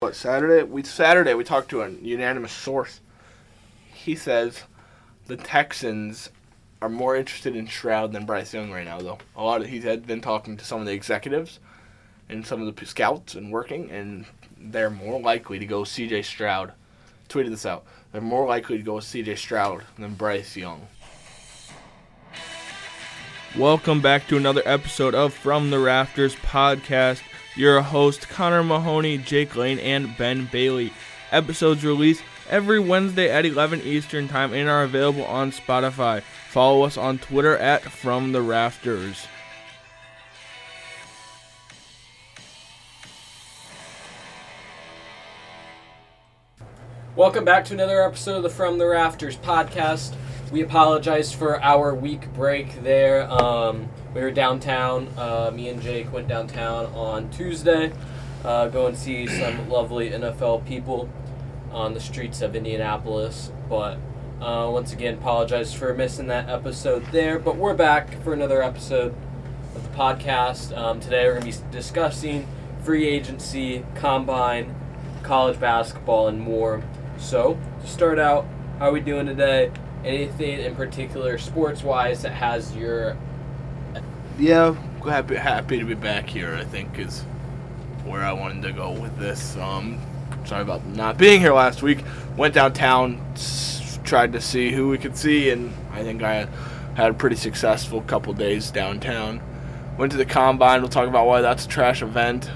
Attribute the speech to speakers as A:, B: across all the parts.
A: what Saturday? We Saturday we talked to a unanimous source. He says the Texans are more interested in Shroud than Bryce Young right now, though. A lot of he had been talking to some of the executives and some of the p- scouts and working, and they're more likely to go C.J. Stroud. Tweeted this out. They're more likely to go with C.J. Stroud than Bryce Young.
B: Welcome back to another episode of From the Rafters podcast. Your host Connor Mahoney, Jake Lane, and Ben Bailey. Episodes released every Wednesday at 11 Eastern Time and are available on Spotify. Follow us on Twitter at From the Rafters.
C: Welcome back to another episode of the From the Rafters podcast. We apologize for our week break there. Um, we were downtown. Uh, me and Jake went downtown on Tuesday, uh, go and see some lovely NFL people on the streets of Indianapolis. But uh, once again, apologize for missing that episode there. But we're back for another episode of the podcast. Um, today we're going to be discussing free agency, combine, college basketball, and more. So, to start out, how are we doing today? Anything in particular, sports wise, that has your.
A: Yeah, happy happy to be back here. I think is where I wanted to go with this. Um, sorry about not being here last week. Went downtown, s- tried to see who we could see, and I think I had a pretty successful couple days downtown. Went to the combine. We'll talk about why that's a trash event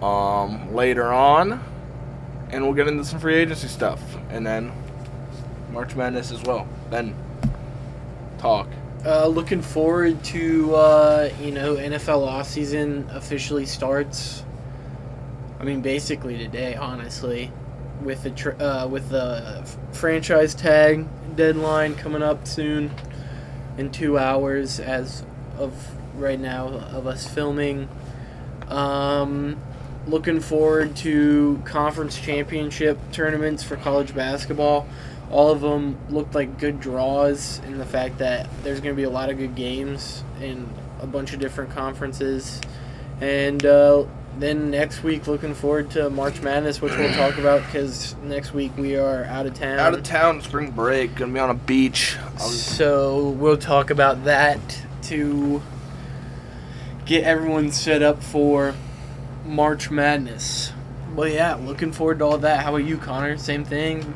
A: um, later on, and we'll get into some free agency stuff, and then March Madness as well. Then talk.
D: Uh, looking forward to uh, you know NFL offseason officially starts. I mean, basically today, honestly, with the tr- uh, with the franchise tag deadline coming up soon in two hours, as of right now of us filming. Um, looking forward to conference championship tournaments for college basketball all of them looked like good draws in the fact that there's going to be a lot of good games in a bunch of different conferences. And uh, then next week, looking forward to March Madness, which we'll talk about because next week we are out of town.
A: Out of town, spring break. Gonna be on a beach. I was-
D: So we'll talk about that to get everyone set up for March Madness. Well, yeah, looking forward to all that. How about you, Connor? Same thing?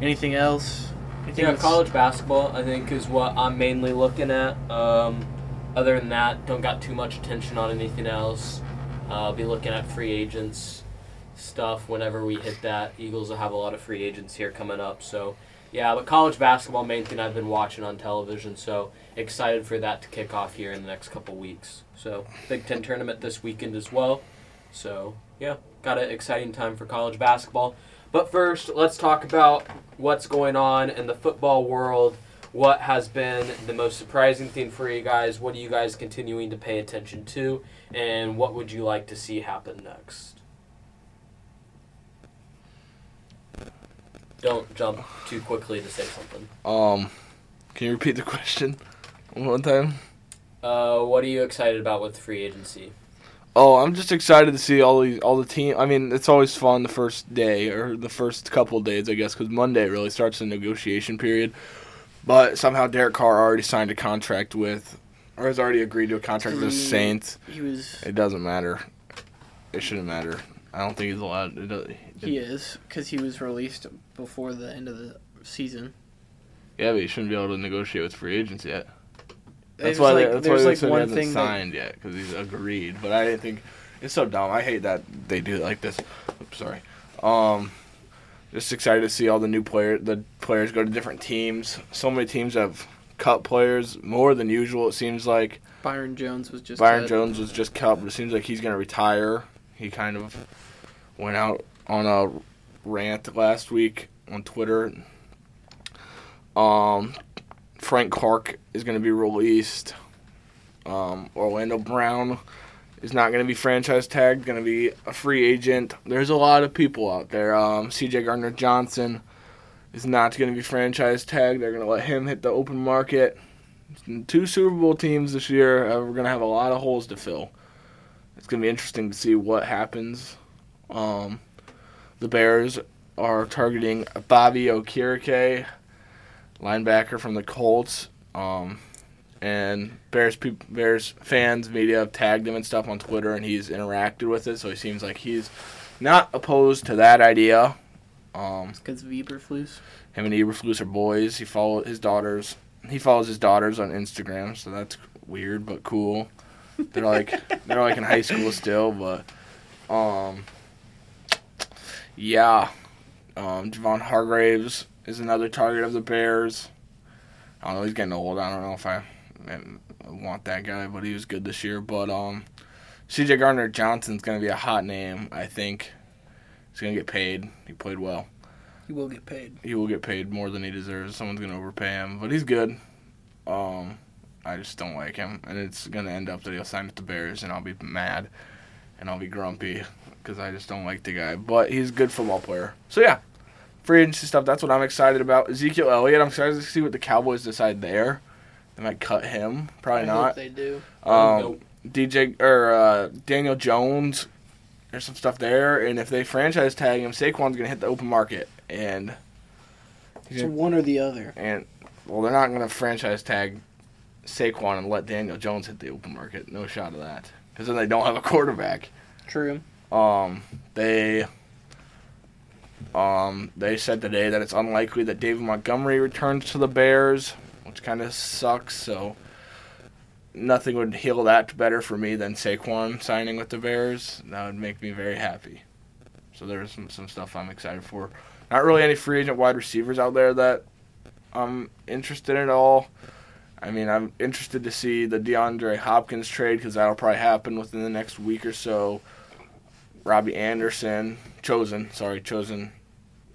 D: Anything else? Anything
C: Yeah,
D: that's-
C: college basketball, I think, is what I'm mainly looking at. Um, other than that, don't got too much attention on anything else. Uh, I'll be looking at free agents stuff whenever we hit that. Eagles will have a lot of free agents here coming up, so yeah. But college basketball, main thing I've been watching on television, so excited for that to kick off here in the next couple weeks. So Big Ten tournament this weekend as well. So yeah, got an exciting time for college basketball. But first, let's talk about what's going on in the football world. What has been the most surprising thing for you guys? What are you guys continuing to pay attention to? And what would you like to see happen next? Don't jump too quickly to say something.
A: Um, can you repeat the question one more time?
C: Uh, what are you excited about with free agency?
A: Oh, I'm just excited to see all these, all the team. I mean, it's always fun the first day or the first couple days, I guess, because Monday really starts the negotiation period. But somehow Derek Carr already signed a contract with, or has already agreed to a contract with the
D: Mm.
A: Saints.
D: He was.
A: It doesn't matter. It shouldn't matter. I don't think he's allowed. It, do-
D: He is because he was released before the end of the season.
A: yeah, but he shouldn't be able to negotiate with free agents yet. That's
D: There's
A: why.
D: like,
A: they, that's why
D: there's
A: they
D: like
A: said he
D: one
A: hasn't
D: thing that
A: signed yet because he's agreed. But I didn't think it's so dumb. I hate that they do it like this. Oops, sorry. Um, just excited to see all the new player, the players go to different teams. So many teams have cut players more than usual. It seems like
D: Byron Jones was just
A: Byron
D: cut.
A: Jones was just cut, but it seems like he's going to retire. He kind of went out on a rant last week on Twitter. Um, Frank Clark is going to be released. Um, Orlando Brown is not going to be franchise tagged, going to be a free agent. There's a lot of people out there. Um, CJ Gardner Johnson is not going to be franchise tagged. They're going to let him hit the open market two Super Bowl teams this year. Uh, we're gonna have a lot of holes to fill. It's gonna be interesting to see what happens Um, the Bears are targeting Bobby Okirike, linebacker from the Colts. Um, and Bears peop Bears fans, media have tagged him and stuff on Twitter, and he's interacted with it. So he seems like he's not opposed to that idea. Um,
D: because of Eberflus.
A: him and Eberflus are boys. He follow his daughters. He follows his daughters on Instagram, so that's weird but cool. They're like they're like in high school still, but um, yeah. Um, Javon Hargraves is another target of the Bears. I don't know. He's getting old. I don't know if I and I want that guy, but he was good this year. But um, C.J. Gardner Johnson's gonna be a hot name. I think he's gonna get paid. He played well
D: He will get paid.
A: he will get paid more than he deserves. Someone's gonna overpay him, but he's good. Um, I just don't like him, and it's gonna end up that he'll sign with the Bears, and I'll be mad, and I'll be grumpy because I just don't like the guy. But he's a good football player. So yeah, free agency stuff. That's what I'm excited about. Ezekiel Elliott. I'm excited to see what the Cowboys decide there. They might cut him. Probably
D: I
A: not.
D: hope they do.
A: Um,
C: Nope.
A: DJ or uh, Daniel Jones. There's some stuff there, and if they franchise tag him, Saquon's gonna hit the open market, and he's
D: It's
A: gonna
D: one or the other.
A: and well, they're not going to franchise tag Saquon and let Daniel Jones hit the open market. No shot of that, because then they don't have a quarterback.
D: True.
A: Um, they um they said today that it's unlikely that David Montgomery returns to the Bears, which kind of sucks. So nothing would heal that better for me than Saquon signing with the Bears. That would make me very happy. So there's some some stuff I'm excited for. Not really any free agent wide receivers out there that I'm interested in at all. I mean, I'm interested to see the DeAndre Hopkins trade because that'll probably happen within the next week or so. Robbie Anderson, chosen, sorry, chosen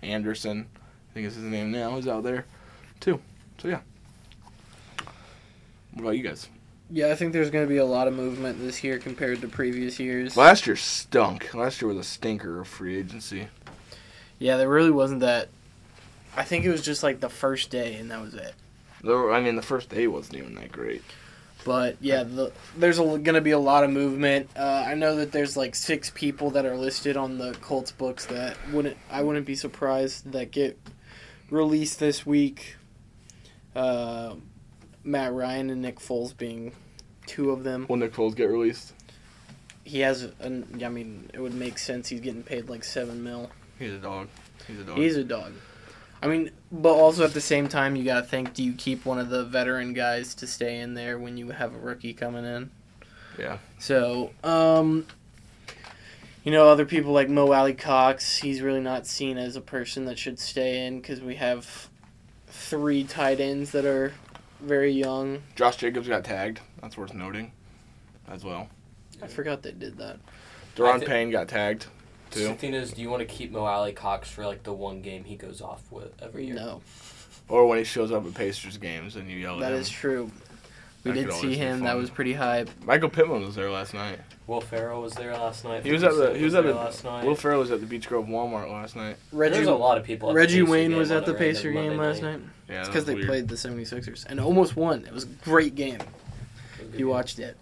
A: Anderson, I think is his name now, is out there too. So yeah. What about you guys?
D: Yeah, I think there's going to be a lot of movement this year compared to previous years.
A: Last year stunk. Last year was a stinker of free agency.
D: Yeah, there really wasn't that. I think it was just like the first day, and that was it.
A: Though I mean, the first day wasn't even that great.
D: But yeah, the, there's going to be a lot of movement. Uh, I know that there's like six people that are listed on the Colts books that wouldn't I wouldn't be surprised that get released this week. Uh, Matt Ryan and Nick Foles being two of them.
A: When the Coles get released,
D: He has an, I mean, it would make sense. He's getting paid like seven mil.
A: he's a dog. He's a dog.
D: He's a dog. I mean, but also at the same time, you gotta think: do you keep one of the veteran guys to stay in there when you have a rookie coming in?
A: Yeah.
D: So, um, you know, other people like Mo Alley Cox, he's really not seen as a person that should stay in because we have three tight ends that are very young.
A: Josh Jacobs got tagged. That's worth noting, as well.
D: I forgot they did that.
A: Deron
C: thi-
A: Payne got tagged,
C: The
A: too.
C: thing is, do you want to keep Mo Alley Cox for like the one game he goes off with every year?
D: No,
A: Or when he shows up at Pacers games and you yell at
D: that
A: him.
D: is true. We
A: Oh, That
D: did
A: could
D: see
A: always be
D: him. That
A: fun.
D: was pretty hype.
A: Michael Pittman was there last night.
C: Will Ferrell was there last night.
A: He was at the
C: Ferguson
A: he was at
C: there
A: the
C: last night.
A: Will Ferrell was at the Beach Grove Walmart last night.
D: Reggie,
C: There's a lot of people. At the
D: Reggie
C: Pacer
D: Wayne
C: game
D: was
C: on
D: at the
C: a random
D: Pacer
C: Monday
D: game last night.
A: Yeah, that
D: It's because
A: was
D: they
A: weird.
D: played the 76ers and almost won. It was a great game. You watched it.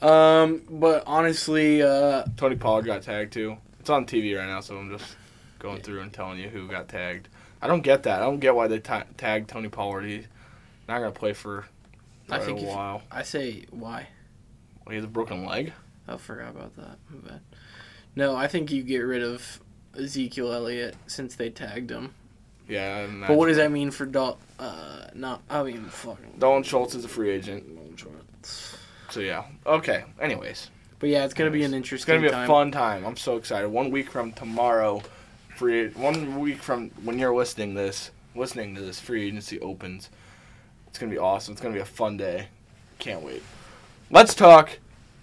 D: Um, but honestly, uh,
A: Tony Pollard got tagged too. It's on TV right now, so I'm just going through and telling you who got tagged. I don't get that. I don't get why they ta tagged Tony Pollard. He's not gonna play for
D: I
A: quite
D: think
A: a
D: if-
A: while.
D: I say why.
A: He has a broken leg.
D: I forgot about that. My bad. No, I think you get rid of Ezekiel Elliott since they tagged him.
A: Yeah. And
D: But what does that mean for Dal? Uh, not. I mean, fucking.
A: Dolan Schultz is a free agent.
D: Dalton Schultz.
A: So yeah. Okay. Anyways,
D: But yeah, it's gonna be an
A: it's
D: interesting.
A: gonna be a
D: time.
A: fun time. I'm so excited. One week from tomorrow, free. One week from when you're listening this, listening to this, free agency opens. It's gonna be awesome. It's gonna be a fun day. Can't wait. Let's talk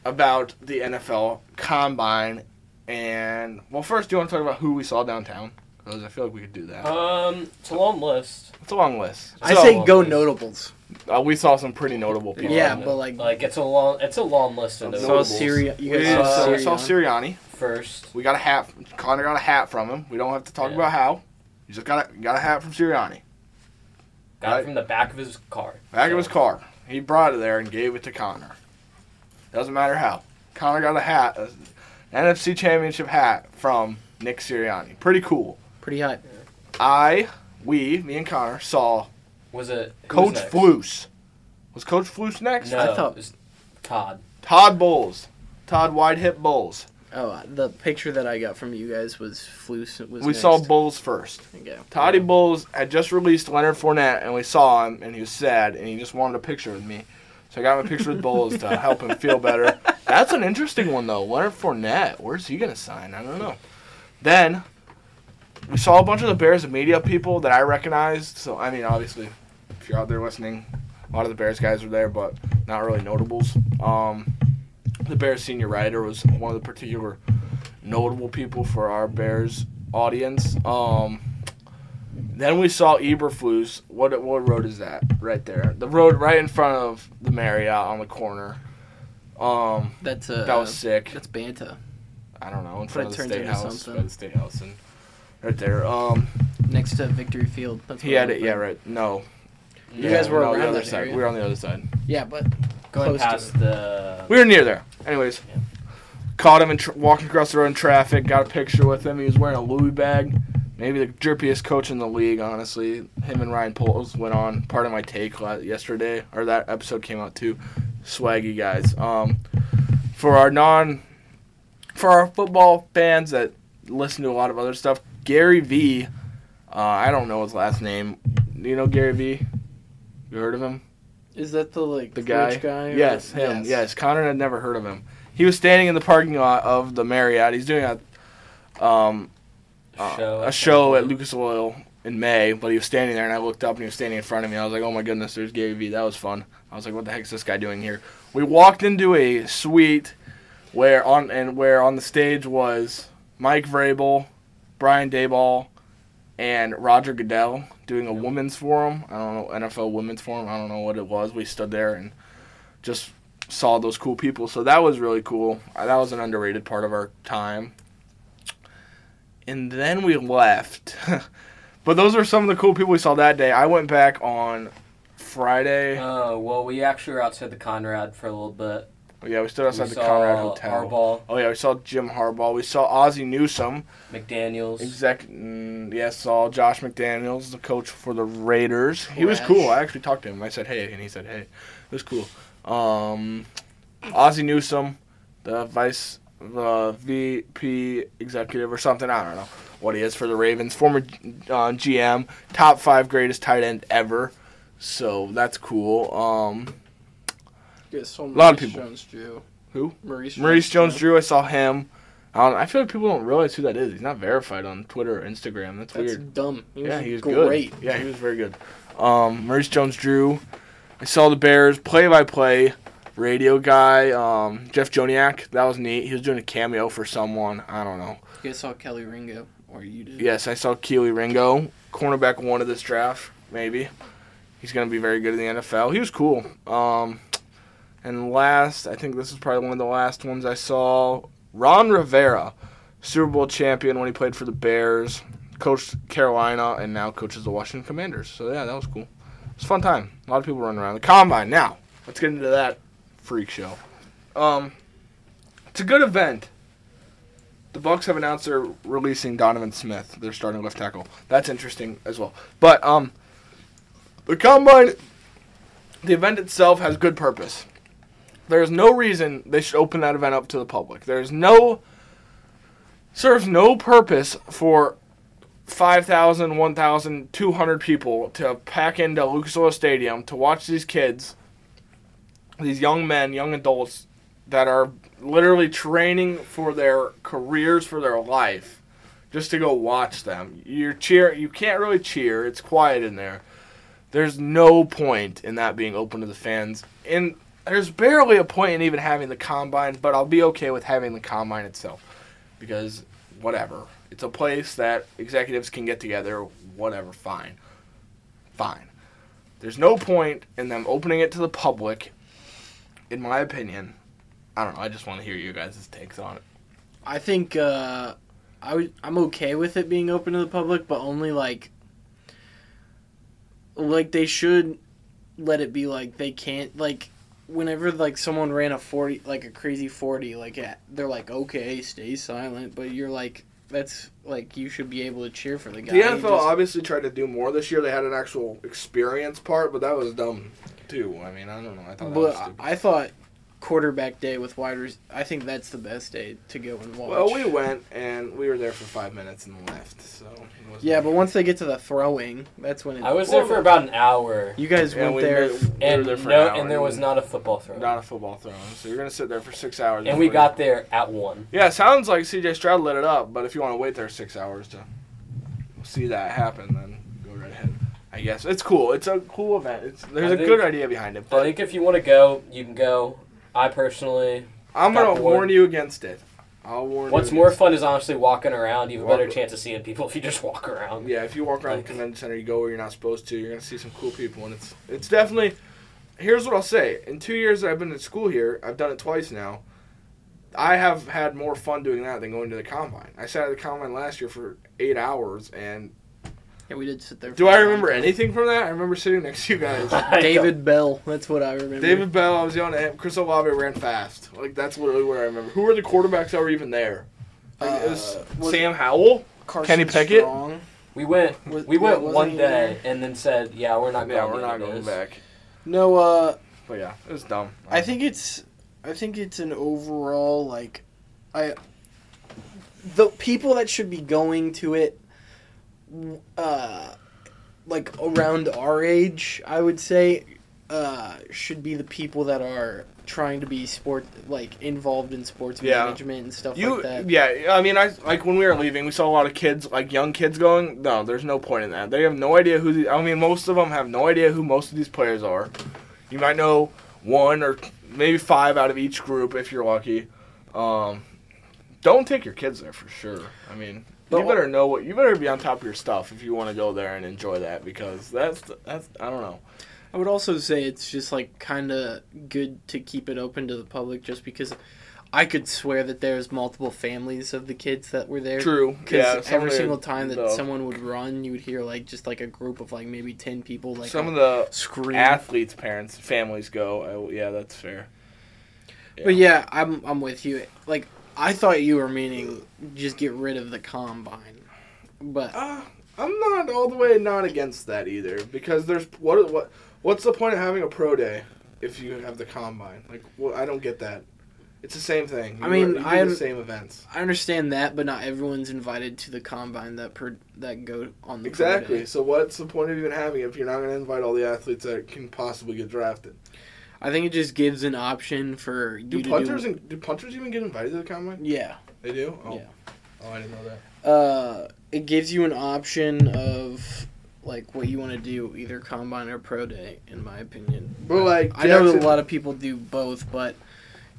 A: about the NFL Combine, and well, first, do you want to talk about who we saw downtown? Because I feel like we could do that.
C: Um, it's a long list.
A: it's a long list.
D: I
A: So,
D: say go
C: Always.
D: notables.
A: uh, we saw some pretty notable people.
D: Yeah,
C: Um,
D: but, like-
C: like it's a long, it's a long list of
A: Saw
D: Saw
C: notables.
D: Syria. You
A: we
D: guys
A: saw,
D: saw
A: we saw
D: Sirianni?
A: Sirianni.
C: first.
A: We got a hat. Connor got a hat from him. We don't have to talk
C: Yeah.
A: about how. You just got a, got a hat from Sirianni.
C: Got
A: Right.
C: it from the back of his car.
A: Back
C: So,
A: of his car. He brought it there and gave it to Connor. Doesn't matter how. Connor got a hat. NFC Championship hat from Nick Sirianni. Pretty cool.
D: Pretty hot.
A: I, we, me and Connor saw
C: Was it who was
A: Coach
C: next?
A: Fluce. Was Coach Fluce next?
C: No,
D: I thought-
C: it was Todd.
A: Todd Bowles. Todd Wide Hip Bowles.
D: Oh, uh, the picture that I got from you guys was Fluce. Was
A: we
D: next.
A: saw Bowles first.
D: Okay.
A: Toddy Bowles had just released Leonard Fournette, and we saw him, and he was sad, and he just wanted a picture with me. So I got him a picture with Bowles to help him feel better. That's an interesting one, though. Leonard Fournette, where's he going to sign? I don't know. Then we saw a bunch of the Bears media people that I recognized. So, I mean, obviously, if you're out there listening, a lot of the Bears guys were there, but not really notables. Um, the Bears senior writer was one of the particular notable people for our Bears audience. Um, then we saw Eberflus. What what road is that? Right there, the road right in front of the Marriott on the corner. Um,
D: That's uh,
A: that was sick.
D: That's Banta.
A: I don't know in
D: But
A: front
D: it
A: of the
D: turned
A: state
D: into
A: house.
D: something.
A: By the state house and right there. Um,
D: Next to Victory Field. That's
A: he
D: what I
A: had it. Yeah,
D: remember.
A: right. No,
D: You
A: Yeah,
D: guys were
A: no,
D: around
A: the other
D: that
A: side.
D: area.
A: We were on the other side.
D: Yeah, but
C: Going
D: close to
C: past
D: it.
C: the.
A: We were near there. Anyways,
C: Yeah.
A: caught him and tr- walking across the road in traffic. Got a picture with him. He was wearing a Louis bag. Maybe the jerkiest coach in the league, honestly. Him and Ryan Poles went on part of my take la- yesterday, or that episode came out too. Swaggy guys. Um, for our non, for our football fans that listen to a lot of other stuff, Gary V. Uh, I don't know his last name. Do you know Gary V? You heard of him?
D: Is that the like
A: The
D: rich
A: guy?
D: guy or-
A: Yes, him. Yes. Connor had never heard of him. He was standing in the parking lot of the Marriott. He's doing a um, uh,
C: Show,
A: a show at Lucas Oil in May, but he was standing there, and I looked up, and he was standing in front of me. I was like, "Oh my goodness, there's Gary Vee. That was fun." I was like, "What the heck is this guy doing here?" We walked into a suite where on and where on the stage was Mike Vrabel, Brian Dayball, and Roger Goodell doing a women's forum. I don't know NFL women's forum. I don't know what it was. We stood there and just saw those cool people. So that was really cool. Uh, That was an underrated part of our time. And then we left. but those are some of the cool people we saw that day. I went back on Friday.
C: Uh, well, we actually were outside the Conrad for a little bit.
A: Oh, yeah, we stood outside
C: we
A: the
C: saw
A: Conrad Hotel.
C: Harbaugh,
A: Oh yeah, we saw Jim Harbaugh. We saw Ozzie Newsome.
C: McDaniel's.
A: Exact. Mm, yeah, saw Josh McDaniels, the coach for the Raiders. He was
D: Trash.
A: cool. I actually talked to him. I said hey, and he said hey. It was cool. Um, Ozzie Newsome, the vice, the VP executive or something. I don't know what he is for the Ravens. Former uh, GM, top five greatest tight end ever. So that's cool. Um,
D: Yeah,
A: A
D: so
A: lot of
D: Maurice
A: people.
D: Jones-Drew.
A: Who?
D: Maurice.
A: Maurice Jones-Drew, I saw him. I, don't, I feel like people don't realize who that is. He's not verified on Twitter or Instagram. That's,
D: That's
A: weird.
D: dumb. He was
A: yeah, he was
D: great.
A: good. Yeah, he was very good. Um, Maurice Jones-Drew. I saw the Bears play-by-play radio guy, um, Jeff Joniak. That was neat. He was doing a cameo for someone. I don't know.
D: You guys saw Kelly Ringo, or you did?
A: Yes, I saw Keely Ringo, cornerback one of this draft. Maybe he's going to be very good in the NFL. He was cool. Um, and last, I think this is probably one of the last ones I saw. Ron Rivera, Super Bowl champion when he played for the Bears, coached Carolina, and now coaches the Washington Commanders. So yeah, that was cool. It was a fun time. A lot of people running around the combine. Now let's get into that freak show. Um, it's a good event. The Bucks have announced they're releasing Donovan Smith, their starting left tackle. That's interesting as well. But um, the combine, the event itself has good purpose. There is no reason they should open that event up to the public. There is no serves no purpose for 5,000, 1,200 people to pack into Lucas Oil Stadium to watch these kids, these young men, young adults that are literally training for their careers for their life just to go watch them you're cheer you can't really cheer it's quiet in there there's no point in that being open to the fans and there's barely a point in even having the combine but i'll be okay with having the combine itself because whatever it's a place that executives can get together whatever fine fine there's no point in them opening it to the public in my opinion I don't know. I just want to hear your guys' takes on it.
D: I think uh, I would, I'm okay with it being open to the public, but only like like they should let it be like they can't like whenever like someone ran a 40 like a crazy 40 like eh, they're like okay stay silent but you're like that's like you should be able to cheer for the guy
A: The
D: He
A: NFL
D: just-
A: obviously tried to do more this year. They had an actual experience part, but that was dumb too. I mean, I don't know. I thought that was
D: but
A: stupid.
D: I thought quarterback day with wide rec- I think that's the best day to go and watch
A: Well, we went and we were there for five minutes and left. So it wasn't-
D: yeah but once they get to the throwing that's when it
C: I was there for about an hour,
D: you guys
A: and
D: went there
A: made- we
C: and
A: were there for
C: no,
A: an hour
C: and there was
A: we-
C: not a football throw.
A: not a football thrown. So you're gonna sit there for six hours.
C: and we
A: before-
C: got there at one.
A: Yeah, it sounds like CJ Stroud lit it up, but if you want to wait there six hours to see that happen, then go right ahead. I guess it's cool. It's a cool event. It's, there's
C: I
A: a
C: think-
A: good idea behind it,
C: I
A: but
C: think if you want to go, you can go. I personally,
A: I'm gonna
C: Got
A: warn
C: bored.
A: you against it. I'll warn.
C: what's
A: you
C: more
A: against
C: fun is honestly walking around. You have a
A: Walk-
C: better chance of seeing people if you just walk around.
A: Yeah, if you walk around the
C: Like-
A: convention center, you go where you're not supposed to. You're gonna see some cool people, and it's it's definitely. Here's what I'll say: in two years that I've been at school here, I've done it twice now. I have had more fun doing that than going to the combine. I sat at the combine last year for eight hours, and
D: yeah we did sit there
A: do
D: for
A: I
D: a long
A: remember
D: time.
A: anything from that? I remember sitting next to you guys.
C: I
D: David Bell that's what I remember
A: David Bell, I was yelling at him. Chris Olave ran fast. Like that's literally where I remember. Who were the quarterbacks that were even there? Like, it was
D: Uh, was
A: Sam Howell.
D: Carson
A: Kenny Pickett?
D: Strong.
C: We went.
D: Was-
C: We went
D: yeah, wasn't
C: one
D: he
C: day and then said, "Yeah, we're not
A: Yeah,
C: going.
A: we're
C: to
A: not
C: do
A: going
C: this."
A: back.
D: no uh
A: But yeah, it was dumb.
D: I think it's I think it's an overall like I the people that should be going to it uh like around our age, I would say uh should be the people that are trying to be sport like involved in sports
A: Yeah.
D: management and stuff
A: You
D: like that.
A: yeah, I mean I like when we were leaving, we saw a lot of kids, like young kids going. No, there's no point in that. They have no idea who. The, I mean, most of them have no idea who most of these players are. You might know one or maybe five out of each group if you're lucky. Um, don't take your kids there for sure. I mean,
D: But
A: you
D: what-
A: better know what you better be on top of your stuff if you want to go there and enjoy that because that's that's I don't know.
D: I would also say it's just like kind of good to keep it open to the public just because I could swear that there's multiple families of the kids that were there.
A: True. Yeah.
D: Because
A: some
D: every
A: of the-
D: single time that
A: the-
D: someone would run, you would hear like just like a group of like maybe ten people like
A: some of the
D: scream.
A: athletes' parents, families go. I, yeah, that's fair.
D: But yeah, I'm I'm with you. Like I thought you were meaning just get rid of the combine, but
A: Uh, I'm not all the way not against that either because there's what what what's the point of having a pro day if you have the combine? Like, well, I don't get that. It's the same thing.
D: I
A: You
D: mean,
A: do
D: I am-
A: the same events.
D: I understand that. But not everyone's invited to the combine that per that go on the pro
A: Exactly.
D: day.
A: So what's the point of even having it if you're not going to invite all the athletes that can possibly get drafted?
D: I think it just gives an option for you
A: Do
D: to
A: punters
D: do.
A: and do punters even get invited to the combine?
D: yeah.
A: They do. Oh,
D: Yeah.
A: oh, I didn't know that.
D: Uh, it gives you an option of like what you want to do, either combine or pro day, in my opinion. Uh,
A: But like,
D: I know that
A: Jackson-
D: a lot of people do both, but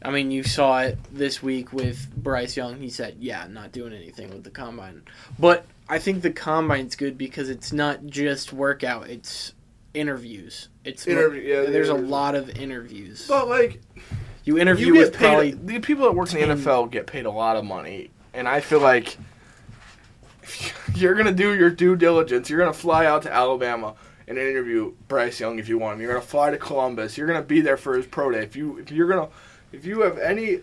D: I mean, you saw it this week with Bryce Young. He said, "Yeah, I'm not doing anything with the combine." But I think the combine's good because it's not just workout; it's interviews. It's
A: Interview- yeah, the
D: there's a
A: interviews.
D: lot of interviews.
A: But like,
D: you interview
A: you get
D: with
A: paid.
D: probably
A: the people that work in the
D: 10
A: NFL get paid a lot of money, and I feel like if you're gonna do your due diligence. You're gonna fly out to Alabama and interview Bryce Young if you want him. You're gonna fly to Columbus. You're gonna be there for his pro day. If you if you're gonna if you have any,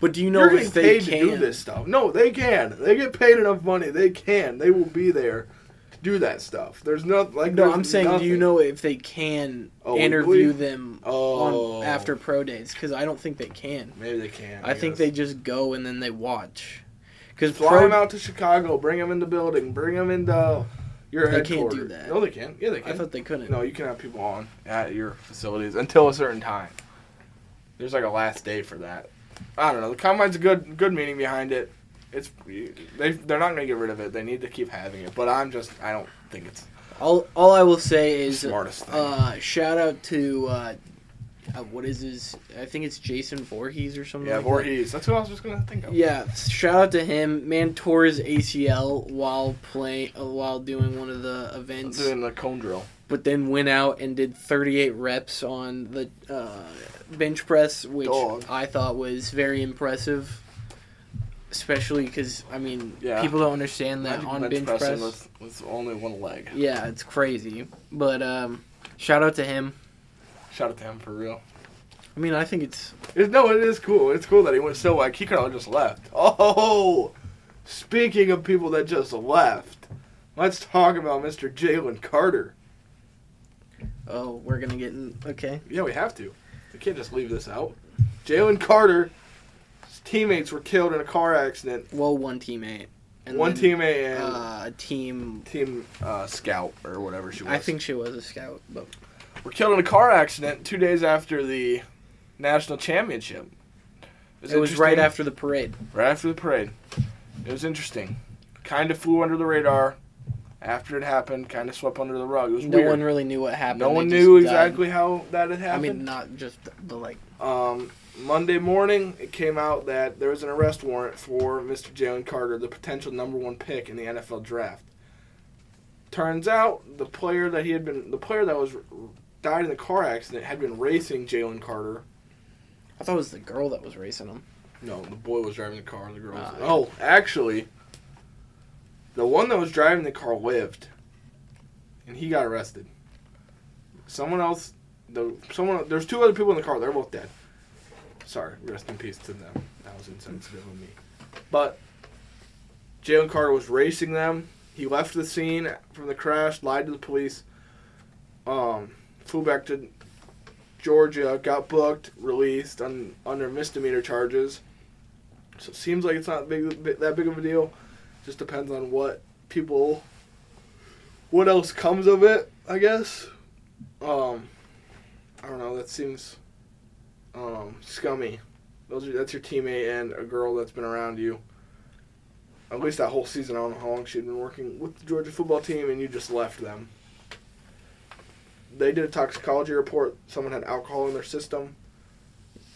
D: but do you
A: you're
D: know
A: getting
D: if they
A: paid
D: can?
A: to do this stuff. No, they can. They get paid enough money. They can. They will be there. to Do that stuff. There's not like
D: No,
A: there's
D: I'm saying, do you
A: nothing.
D: know if they can
A: Oh, we-
D: interview
A: we-
D: them
A: Oh.
D: on after pro days? Because I don't think they can.
A: Maybe they can.
D: I think
A: guess.
D: they just go and then they watch. Because
A: Fly
D: pro,
A: them out to Chicago. Bring them in the building. Bring them into your
D: They can't
A: headquarters.
D: do that.
A: No, they can. Yeah, they can.
D: I thought they couldn't.
A: No, you can have people on at your facilities until a certain time. There's like a last day for that. I don't know. The combine's a good good meaning behind it. It's they they're not gonna get rid of it. They need to keep having it. But I'm just I don't think it's
D: All, all I will say
A: the
D: is,
A: smartest thing.
D: uh, shout out to uh, uh, what is his? I think it's Jason Voorhees or something.
A: yeah,
D: like that.
A: Voorhees. That's who I was just gonna think of.
D: Yeah, shout out to him. Man tore his ACL while playing uh, while doing one of the events.
A: doing the cone drill.
D: but then went out and did 38 reps on the uh, bench press, which
A: Dog.
D: I thought was very impressive. Especially because I mean,
A: Yeah.
D: people don't understand that
A: Imagine
D: on
A: bench
D: bench press.
A: pressing with, with only one leg.
D: Yeah, it's crazy. But um, shout out to him.
A: Shout out to him for real.
D: I mean, I think it's
A: It- no, it is cool. It's cool that he went so wide. Kikaro just left. Oh, speaking of people that just left, let's talk about Mr. Jalen Carter.
D: oh, we're gonna get in. Okay,
A: Yeah, we have to. We can't just leave this out. Jalen Carter, his teammates were killed in a car accident.
D: well, one teammate.
A: One
D: then,
A: teammate and
D: Uh, a team.
A: team uh, scout or whatever she was.
D: I think she was a scout, but
A: were killed in a car accident two days after the national championship.
D: it was right
A: interesting.
D: after the parade.
A: right after the parade. It was interesting. Kind of flew under the radar after it happened. Kind of swept under the rug. It was
D: No
A: weird.
D: one really knew what happened.
A: no
D: They
A: one
D: just
A: knew
D: died.
A: exactly how that had
D: I
A: happened.
D: mean, not just the, the like.
A: Um, Monday morning, it came out that there was an arrest warrant for Mr. Jalen Carter, the potential number one pick in the NFL draft. Turns out the player that he had been, the player that was died in the car accident, had been racing Jalen Carter.
D: I thought it was the girl that was racing them.
A: No, the boy was driving the car. The girl. Was,
D: Ah, yeah.
A: oh, actually, the one that was driving the car lived, and he got arrested. Someone else, the someone. There's two other people in the car. They're both dead. Sorry, rest in peace to them. That was insensitive of me. But Jalen Carter was racing them. He left the scene from the crash, lied to the police. Um, flew back to Georgia, got booked, released on under misdemeanor charges. So it seems like it's not big, bi- that big of a deal. Just depends on what people, what else comes of it, I guess. Um, I don't know. That seems um, scummy. Those are, that's your teammate and a girl that's been around you. At least that whole season, I don't know how long she'd been working with the Georgia football team, and you just left them they did a toxicology report. Someone had alcohol in their system.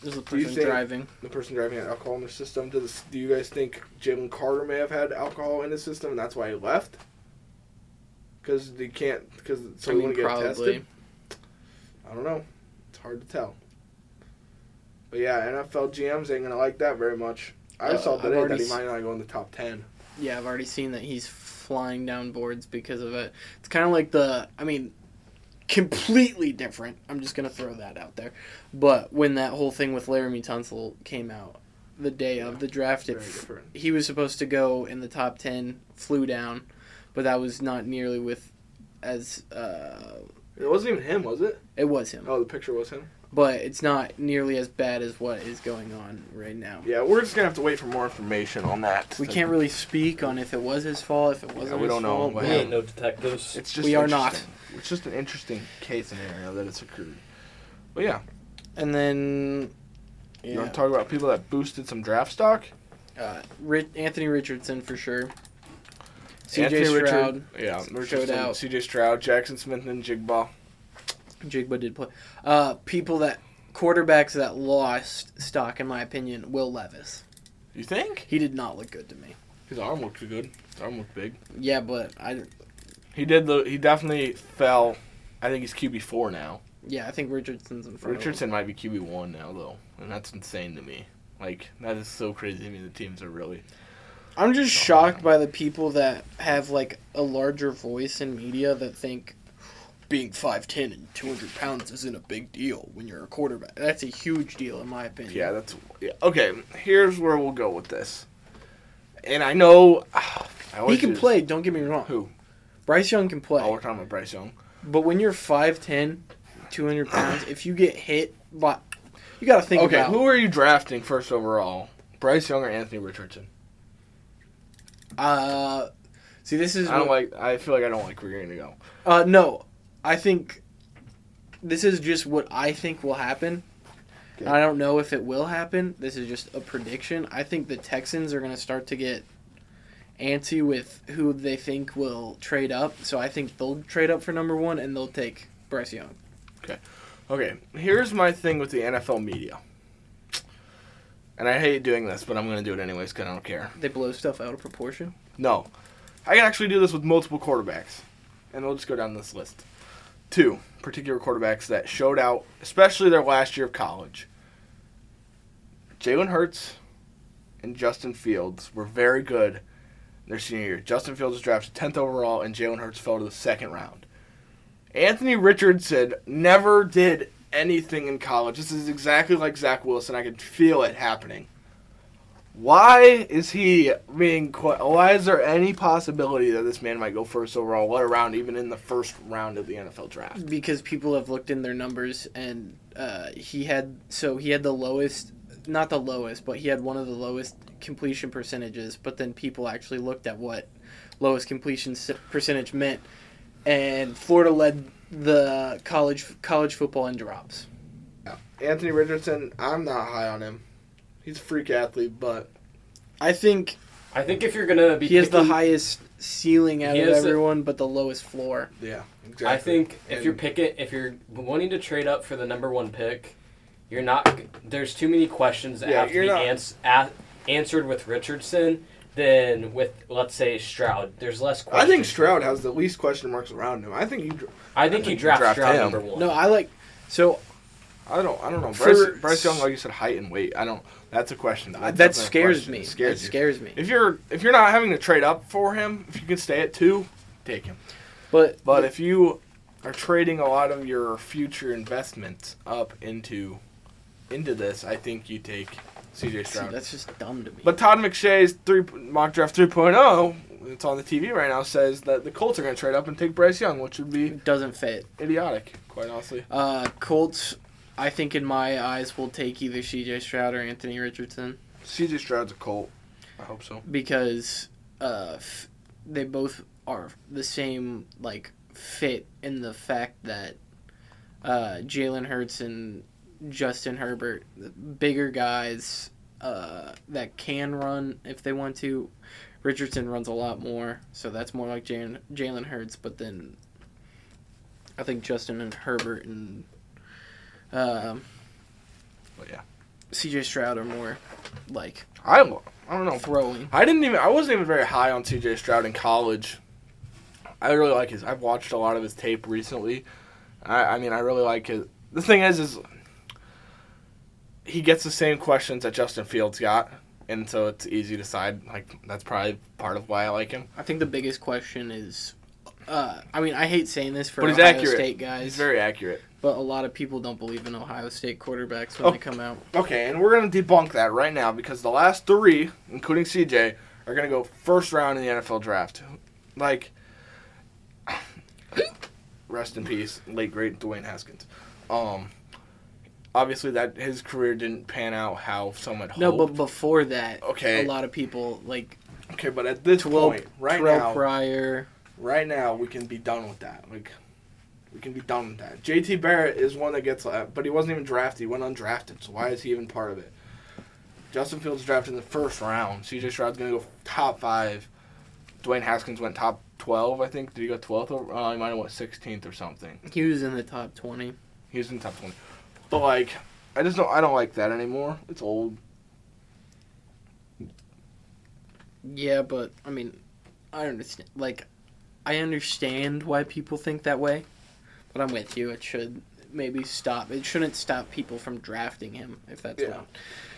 D: There's a
A: Do you
D: person
A: think-
D: driving.
A: The person driving had alcohol in their system. Do, this, do you guys think Jalen Carter may have had alcohol in his system and that's why he left? Because you can't. Because so
D: I
A: he
D: mean,
A: wouldn't get tested.
D: probably.
A: I don't know. It's hard to tell. But yeah, NFL GMs ain't gonna like that very much. I
D: Uh,
A: saw
D: I've
A: today that
D: already
A: he
D: s-
A: might not go in the top ten.
D: Yeah, I've already seen that he's flying down boards because of it. It's kind of like the. I mean, completely different. I'm just gonna throw that out there. But when that whole thing with Laramie Tunsil came out, the day of the draft, it
A: Very
D: f-
A: different.
D: he was supposed to go in the top 10 flew down but that was not nearly with as uh,
A: It wasn't even him, was it?
D: it was him
A: Oh, the picture was him.
D: but it's not nearly as bad as what is going on right now
A: Yeah, we're just gonna have to wait for more information on that.
D: we can't really speak on if it was his fault if it wasn't
A: we
D: his
A: don't know
D: fault,
A: what
C: We
D: but-
A: happened.
C: ain't no detectives.
A: It's just
D: We are not.
A: interesting. It's just an interesting case scenario that it's occurred. But yeah,
D: and then
A: you
D: yeah,
A: want to talk about people that boosted some draft stock?
D: uh, Ri- Anthony Richardson for sure
A: Anthony
D: CJ
A: Richard-
D: Stroud
A: yeah, Richardson,
D: out.
A: CJ Stroud, Jackson Smith, and Jigba.
D: Jigba did play uh, people that quarterbacks that lost stock in my opinion Will Levis
A: You think
D: he did not look good to me
A: his arm looked good? His arm looked big.
D: yeah but I
A: He did. The, he definitely fell. I think he's QB four now.
D: Yeah, I think Richardson's in front.
A: Richardson might be QB one now though, and that's insane to me. Like that is so crazy to me. The teams are really
D: Of him. I'm just shocked by the people that have like a larger voice in media that think being five ten and two hundred pounds isn't a big deal when you're a quarterback. That's a huge deal in my opinion.
A: Yeah, that's yeah. okay. Here's where we'll go with this. And I know I
D: he
A: always
D: can
A: do this.
D: play. Don't get me wrong.
A: Who?
D: Bryce Young can play.
A: Oh, we're talking about Bryce Young.
D: But when you're 5'10", 200 pounds, if you get hit, by, you got to think
A: okay,
D: about.
A: who are you drafting first overall? Bryce Young or Anthony Richardson?
D: Uh, see, this is
A: I don't
D: what-
A: like. I feel like I don't like where you're gonna go.
D: Uh, no, I think this is just what I think will happen.
A: Okay.
D: I don't know if it will happen. This is just a prediction. I think the Texans are going to start to get antsy with who they think will trade up. So I think they'll trade up for number one and they'll take Bryce Young.
A: Okay, here's my thing with the NFL media. And I hate doing this, but I'm gonna do it anyways because I don't care.
D: They blow stuff out of proportion.
A: No, I can actually do this with multiple quarterbacks, and we'll just go down this list. Two particular quarterbacks that showed out, especially their last year of college. Jalen Hurts and Justin Fields were very good their senior year. Justin Fields was drafted 10th overall, and Jalen Hurts fell to the second round. Anthony Richardson never did anything in college. This is exactly like Zach Wilson. I can feel it happening. Why is he being? Qu- why is there any possibility that this man might go first overall, let around even in the first round of the NFL draft?
D: because people have looked in their numbers and uh, he had so he had the lowest not the lowest but he had one of the lowest completion percentages but then people actually looked at what lowest completion s- percentage meant and Florida led the college college football in drops
A: Anthony Richardson, I'm not high on him. He's a freak athlete, but
D: I think
C: I think if you're gonna be
D: he has the
C: picking-
D: highest ceiling out
C: He
D: of
C: has the-
D: everyone but the lowest floor
A: yeah, exactly.
C: I think if
A: And-
C: you're picking, if you're wanting to trade up for the number one pick, you're not. There's too many questions that
A: Yeah,
C: have to
A: you're
C: be
A: not-
C: ans- a- answered with Richardson than with let's say Stroud. There's less
A: I
C: questions.
A: think Stroud has the least question marks around him. I think you.
C: I
A: I
C: think you
A: think
C: draft,
A: draft
C: Stroud
A: him.
C: number one.
D: no I like so
A: I don't. I don't know.
D: For- Uh,
A: Bryce, Bryce Young, like you said, height and weight. I don't. That's a question. That's
D: that
A: definitely a
D: scares
A: question.
D: me
A: It
D: that
A: scares you.
D: scares me
A: If you're if you're not having to trade up for him, if you can stay at two, take him.
D: but
A: But if you are trading a lot of your future investments up into into this, I think you take CJ
D: see,
A: Stroud.
D: that's just dumb to me
A: But Todd McShay's three mock draft 3.0, it's on the TV right now, says that the Colts are going to trade up and take Bryce Young, which would be
D: it doesn't fit
A: idiotic, quite honestly.
D: Uh, Colts, I think in my eyes will take either CJ Stroud or Anthony Richardson
A: CJ Stroud's a Colt. I hope so.
D: because uh, f- they both are the same like fit in the fact that uh, Jalen Hurts and Justin Herbert, the bigger guys uh, that can run if they want to. Richardson runs a lot more, so that's more like Jalen Jalen Hurts. But then, I think Justin and Herbert and um,
A: But yeah.
D: CJ Stroud are more like
A: I, I don't know.
D: throwing.
A: I didn't even. I wasn't even very high on C.J. Stroud in college. I really like his. I've watched a lot of his tape recently. I, I mean, I really like his. The thing is, is he gets the same questions that Justin Fields got, and so it's easy to decide. Like that's probably part of why I like him.
D: I think the biggest question is, uh, I mean, I hate saying this for
A: But he's
D: Ohio
A: accurate.
D: State guys,
A: He's very accurate.
D: but a lot of people don't believe in Ohio State quarterbacks when
A: Oh.
D: they come out.
A: Okay, and we're gonna debunk that right now because the last three, including C.J., are gonna go first round in the NFL draft. Like, rest in peace, late great Dwayne Haskins. Um, obviously that his career didn't pan out how some had hoped.
D: No, but before that,
A: Okay.
D: a lot of people like
A: okay, but at this
D: Terrell,
A: point, right
D: Terrell
A: now,
D: Pryor.
A: right now, we can be done with that. Like, we can be done with that. J.T. Barrett is one that gets, uh, but he wasn't even drafted. He went undrafted, so why is he even part of it? Justin Fields drafted in the first round. C.J. Stroud's gonna go top five. Dwayne Haskins went top twelve, I think. Did he go twelfth? Or uh, he might have went sixteenth or something.
D: He was in the top twenty.
A: He was in top twenty. But like, I just don't. I don't like that anymore. It's old.
D: Yeah, but I mean, I understand. Like, I understand why people think that way, but I'm with you. It should maybe stop. It shouldn't stop people from drafting him if that's
A: Yeah.
D: what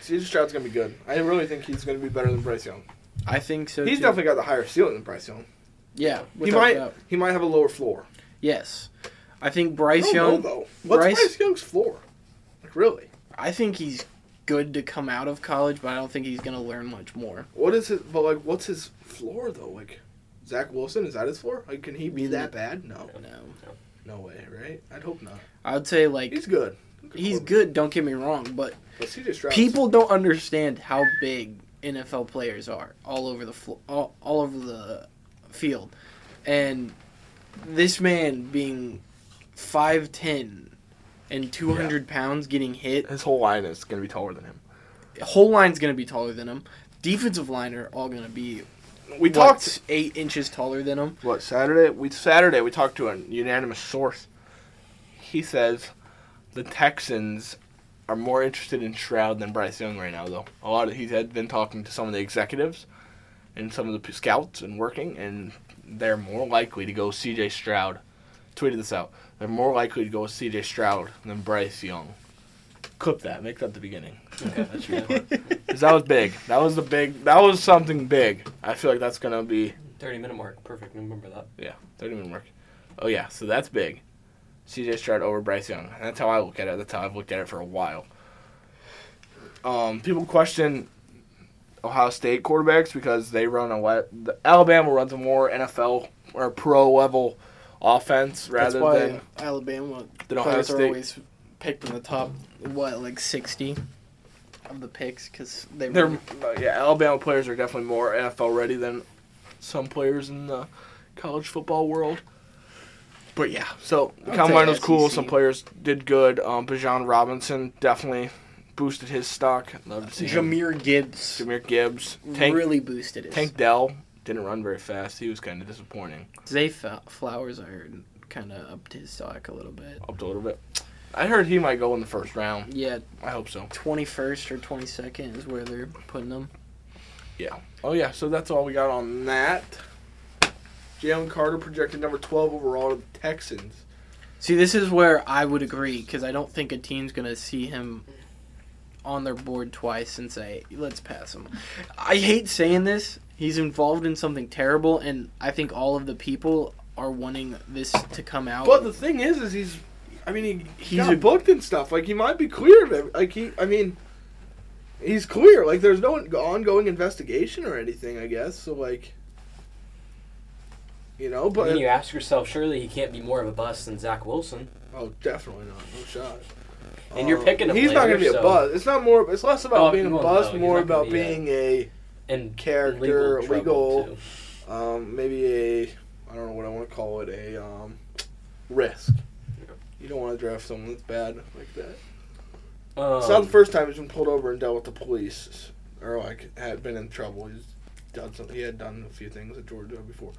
A: C.J. Stroud's gonna be good. I really think he's gonna be better than Bryce Young.
D: I think so.
A: He's
D: too.
A: definitely got the higher ceiling than Bryce Young.
D: yeah.
A: He
D: without
A: might.
D: doubt.
A: He might have a lower floor.
D: Yes. I think
A: I
D: Bryce
A: don't
D: Young
A: know, though. What's Bryce,
D: Bryce-
A: Young's floor? Like really?
D: I think he's good to come out of college, but I don't think he's going to learn much more.
A: What is his? But like, what's his floor though? Like, Zach Wilson is that his floor? Like, can he
D: Mm-hmm.
A: be that bad? No,
D: No.
A: no way, right? I'd hope not.
D: I would say like
A: He's
D: he's,
A: good.
D: good, don't get me wrong, but
A: But CJ Stroud's-
D: people don't understand how big NFL players are all over the flo- all, all over the field. And this man being 5'10 and 200 pounds getting hit,
A: His whole line is gonna be taller than him.
D: whole line's going to be taller than him. Defensive line are all going to be
A: We
D: what,
A: talked
D: eight inches taller than him.
A: what Saturday? We Saturday we talked to a unanimous source. He says the Texans are more interested in Shroud than Bryce Young right now, though. A lot of he had been talking to some of the executives and some of the p- scouts and working, and they're more likely to go C.J. Stroud. Tweeted this out. They're more likely to go with C.J. Stroud than Bryce Young. Clip that. Make that the beginning.
C: Okay, that's your part.
A: Cause that was big. That was the big. That was something big. I feel like that's gonna be.
C: Thirty minute mark, perfect. Remember that.
A: Yeah, don't even work. Oh yeah, so that's big. CJ Stroud over Bryce Young. That's how I look at it. That's how I've looked at it for a while. Um, people question Ohio State quarterbacks because they run a le- the- Alabama runs a more NFL or pro level offense
D: That's
A: rather
D: why
A: than
D: Alabama
A: than Ohio
D: players are
A: State.
D: always picked in the top, what, like 60 of the picks? Because they
A: They're
D: really-
A: uh, yeah, Alabama players are definitely more NFL ready than some players in the college football world. But yeah, so the
D: I'd
A: combine
D: say
A: was cool.
D: SEC.
A: Some players did good. Um, Bijan Robinson definitely boosted his stock. Love to see him.
D: Jameer Gibbs
A: Jameer Gibbs, Tank
D: really boosted it.
A: Tank Dell didn't run very fast. He was kind of disappointing.
D: Zay Fa- Flowers, I heard, kind of upped his stock a little bit.
A: Up a little bit. I heard he might go in the first round.
D: Yeah,
A: I hope so.
D: 21st or 22nd is where they're putting them.
A: Oh yeah, so that's all we got on that. Jalen Carter projected number twelve overall to the Texans.
D: See, this is where I would agree because I don't think a team's going to see him on their board twice and say, let's pass him. I hate saying this. He's involved in something terrible, and I think all of the people are wanting this to come out.
A: But the thing is, is he's, I mean, he,
D: He's
A: he's got
D: a-
A: booked and stuff. Like he might be cleared. of it. Like he, I mean, he's clear. Like there's no ongoing investigation or anything. I guess so. Like, you know,
C: But
A: but
C: then you ask yourself, surely he can't be more of a bust than Zach Wilson.
A: oh, definitely not. No shot. Um,
C: And you're picking a
A: He's not
C: player,
A: gonna be
C: so-
A: a buzz. It's not more. It's less about
C: Oh,
A: being a
C: well,
A: buzz,
C: no, he's
A: more
C: not gonna
A: about
C: be a-
A: being a,
C: And
A: Character,
C: legal,
A: legal-
C: trouble, too.
A: um, maybe a, I don't know what I want to call it, a um, risk. You don't want to draft someone that's bad like that.
D: Uh,
A: It's not
C: Um,
A: the first time he's been pulled over and dealt with the police, or like had been in trouble. He's done some. He had done a few things at Georgia before.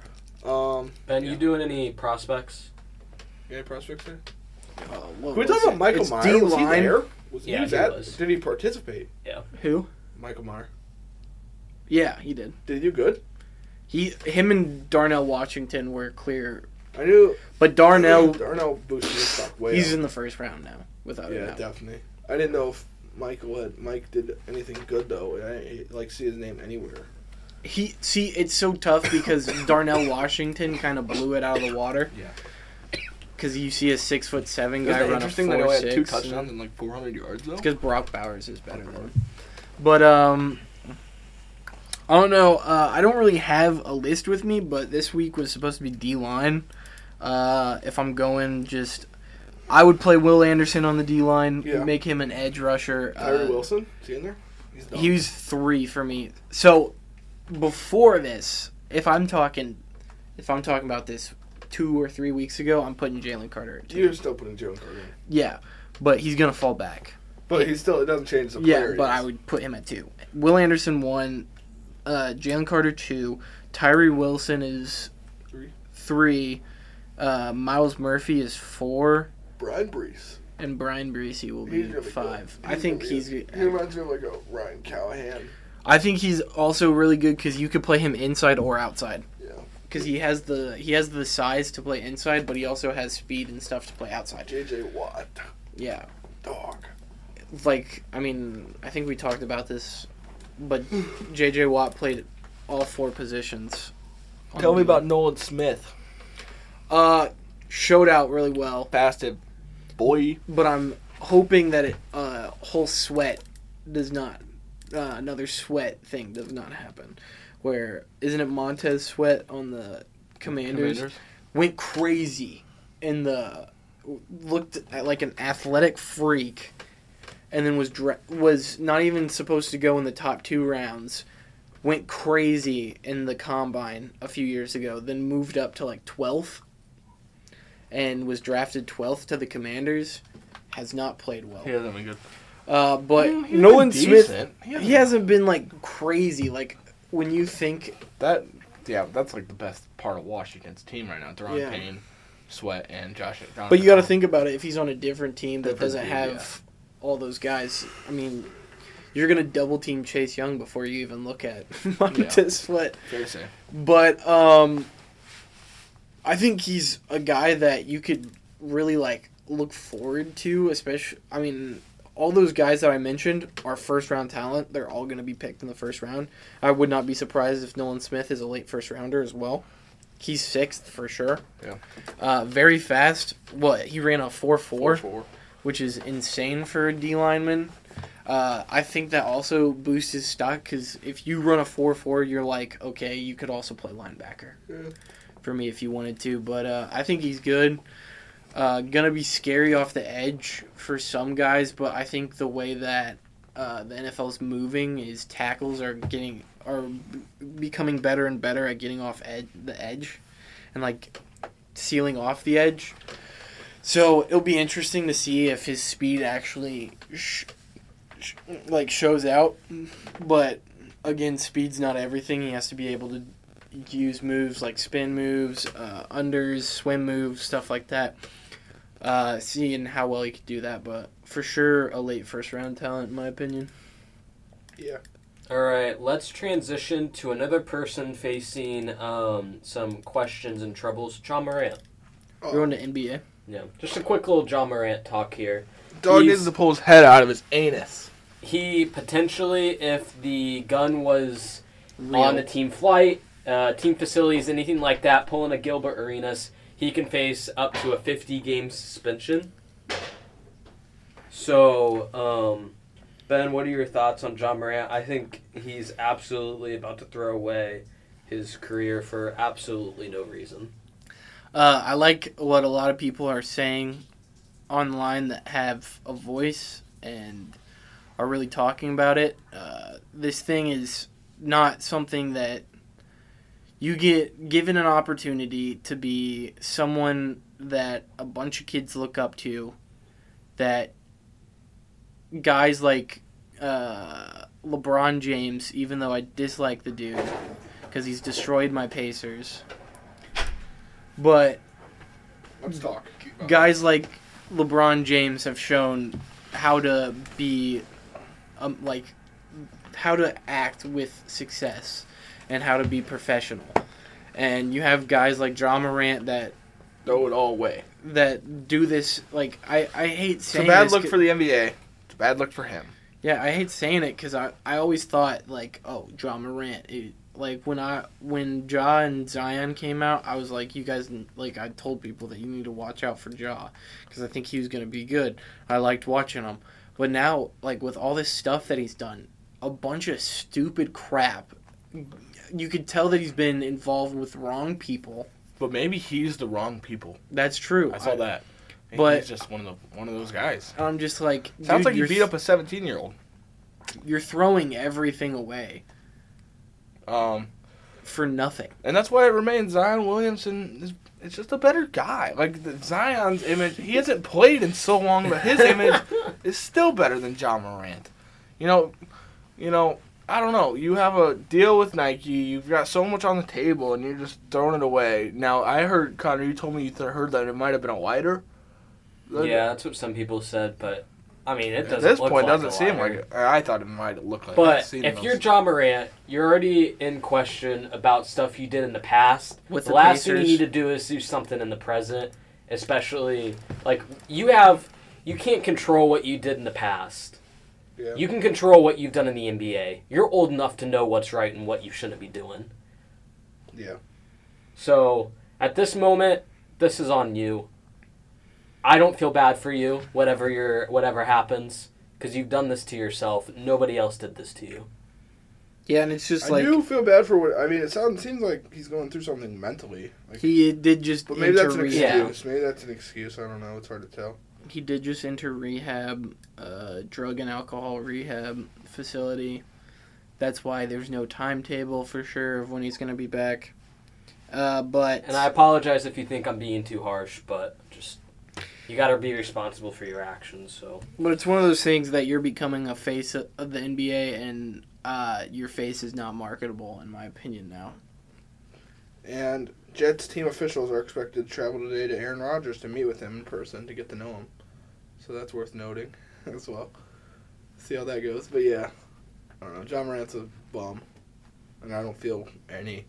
A: Um,
C: ben,
A: yeah.
C: you doing any prospects?
A: any prospects there?
D: Uh,
A: Can
D: what
A: we
D: was
A: talk
D: it?
A: about Michael
D: It's
A: Meyer? Was he
D: D-line.
A: there? Was he,
C: Yeah,
A: was
C: he
A: at-
C: was.
A: Did he participate?
D: Who?
A: Michael Meyer.
D: Yeah, he did.
A: Did you good?
D: He, him, and Darnell Washington were clear,
A: I knew
D: but Darnell,
A: Darnell boosted his stock way.
D: he's
A: up.
D: in the first round now, without
A: yeah,
D: a doubt.
A: definitely. I didn't know if Michael had Mike did anything good though. and I didn't, like see his name anywhere.
D: He see it's so tough because Darnell Washington kind of blew it out of the water.
A: Yeah.
D: Because you see a six foot seven
A: Isn't
D: guy
A: that
D: run a
A: interesting
D: four
A: that he only had two
D: six.
A: touchdowns and like 400 yards though?
D: It's because Brock Bowers is better than him. But um, I don't know. Uh, I don't really have a list with me, but this week was supposed to be D line. Uh, if I'm going, just I would play Will Anderson on the D line,
A: Yeah.
D: make him an edge rusher.
A: Tyree
D: uh,
A: Wilson, is he in there? He's done.
D: He was three for me. So before this, if I'm talking, if I'm talking about this two or three weeks ago, I'm putting Jalen Carter. At two.
A: You're still putting Jalen Carter in.
D: Yeah, but he's gonna fall back.
A: But he still, it doesn't change the
D: yeah,
A: player.
D: but I would put him at two. Will Anderson one, uh, Jalen Carter two, Tyree Wilson is
A: Three.
D: three, uh, Miles Murphy is four,
A: Brian Brees.
D: and Brian Breesy will
A: He's
D: be
A: gonna be
D: five.
A: good.
D: I think
A: gonna be
D: he's.
A: good. He reminds me of like a Ryan Callahan.
D: I think he's also really good because you could play him inside or outside.
A: Yeah.
D: because he has the he has the size to play inside, but he also has speed and stuff to play outside.
A: JJ Watt.
D: Yeah,
A: Dog.
D: like I mean, I think we talked about this, but JJ Watt played all four positions. on the field.
A: Nolan Smith.
D: uh showed out really well,
A: Fasted. Boy.
D: but I'm hoping that it uh whole sweat does not uh, another sweat thing does not happen. Where isn't it Montez Sweat on the Commanders? went crazy in the looked at like an athletic freak and then was dra- was not even supposed to go in the top 2 rounds went crazy in the combine a few years ago then moved up to like 12th and was drafted 12th to the commanders has not played well
A: He hasn't been good.
D: uh, but
A: Mm, he's
D: Nolan
A: been
D: Smith
A: decent. He hasn't-
D: he hasn't been like crazy like when you think
A: That, yeah, that's like the best part of Washington's team right now. Deron
D: Yeah.
A: Payne, Sweat, and Josh. Jonathan
D: But you got to
A: Allen.
D: think about it. If he's on a different team that
A: Different
D: doesn't
A: team,
D: have all those guys, I mean, you're gonna double team Chase Young before you even look at Montez Sweat.
A: Fair to say.
D: But um, I think he's a guy that you could really like look forward to. Especially, I mean, all those guys that I mentioned are first round talent. They're all gonna be picked in the first round. I would not be surprised if Nolan Smith is a late first rounder as well. He's sixth for sure.
E: Yeah.
D: Uh, very fast. What he ran a four four,
E: four.
D: which is insane for a D lineman. Uh, I think that also boosts his stock because if you run a four four, you're like, okay, you could also play linebacker.
E: Yeah.
D: For me, if you wanted to, but uh, I think he's good. Uh, gonna be scary off the edge for some guys, but I think the way that uh, the NFL's moving is tackles are getting are b- becoming better and better at getting off ed- the edge, and like sealing off the edge. So it'll be interesting to see if his speed actually sh- sh- like shows out. But again, speed's not everything. He has to be able to use moves like spin moves, uh, unders, swim moves, stuff like that. Uh, seeing how well he could do that, but for sure a late first round talent in my opinion.
C: All right, let's transition to another person facing um, some questions and troubles. John Morant.
E: Oh.
A: Uh,
D: We're on to NBA.
C: Yeah, just a quick little John Morant talk here.
E: Dog
C: He's-
E: needs to pull his head out of his anus.
C: He potentially, if the gun was
D: Real.
C: on the team flight, uh, team facilities, anything like that, pulling a Gilbert Arenas, he can face up to a 50 game suspension. So, um, Ben, what are your thoughts on John Morant? I think he's absolutely about to throw away his career for absolutely no reason.
D: Uh, I like what a lot of people are saying online that have a voice and are really talking about it. Uh, this thing is not something that you get given an opportunity to be someone that a bunch of kids look up to, that guys like uh, LeBron James, even though I dislike the dude because he's destroyed my Pacers. But
E: Let's talk.
D: guys like LeBron James have shown how to be, um, like, how to act with success and how to be professional. And you have guys like John Morant that
E: Throw it all away.
D: that do this. Like, I I hate
E: It's a
D: saying
E: bad
D: this
E: look
D: c-
E: for the NBA. It's a bad look for him.
D: Yeah, I hate saying it because I, I always thought like oh John Morant it, like when I when Ja and Zion came out I was like you guys n- like I told people that you need to watch out for Ja because I think he was gonna be good I liked watching him but now like with all this stuff that he's done a bunch of stupid crap you could tell that he's been involved with wrong people
E: But maybe he's the wrong people.
D: that's true
E: I saw that. And
D: But-
E: he's just one of the one of those guys.
D: I, am just like
E: Sounds
D: dude,
E: like you
D: you're
E: beat
D: th-
E: up a 17 year old.
D: you're throwing everything away
E: Um,
D: for nothing
E: and that's why it remains Zion Williamson. Is, it's just a better guy. Like the Zion's image, he hasn't played in so long, but his image is still better than John Morant. You know, you know. I don't know. You have a deal with Nike. You've got so much on the table, and you're just throwing it away. Now, I heard Connor. You told me you th- heard that it might have been a lighter.
C: Yeah, that's what some people said, but I mean, it doesn't.
E: At this
C: look
E: point,
C: like
E: doesn't
C: a
E: seem
C: lottery.
E: like it. I I thought it might look like. it. I've
C: But
E: seen
C: if
E: those.
C: you're John Morant, you're already in question about stuff you did in the past.
D: With
C: the,
D: the
C: last thing
D: Pacers.
C: you need to do is do something in the present, especially like you have. You can't control what you did in the past.
E: Yeah.
C: You can control what you've done in the NBA. You're old enough to know what's right and what you shouldn't be doing.
E: Yeah.
C: So at this moment, this is on you. I don't feel bad for you. Whatever your whatever happens, because you've done this to yourself. Nobody else did this to you.
D: yeah and it's just
A: I
D: like
A: do feel bad for what I mean. It sounds seems like he's going through something mentally. Like,
D: He did just
A: but maybe that's an
D: enter
A: excuse.
D: rehab.
A: Maybe that's an excuse. I don't know. It's hard to tell.
D: He did just enter rehab, uh, drug and alcohol rehab facility. That's why there's no timetable for sure of when he's gonna be back. Uh, but
C: And I apologize if you think I'm being too harsh, but just you got to be responsible for your actions. So
D: but it's one of those things that you're becoming a face of of the NBA, and uh, your face is not marketable in my opinion now.
A: And Jets team officials are expected to travel today to Aaron Rodgers to meet with him in person to get to know him. So that's worth noting as well. See how that goes. But yeah, I don't know. John Morant's a bum, and I don't feel any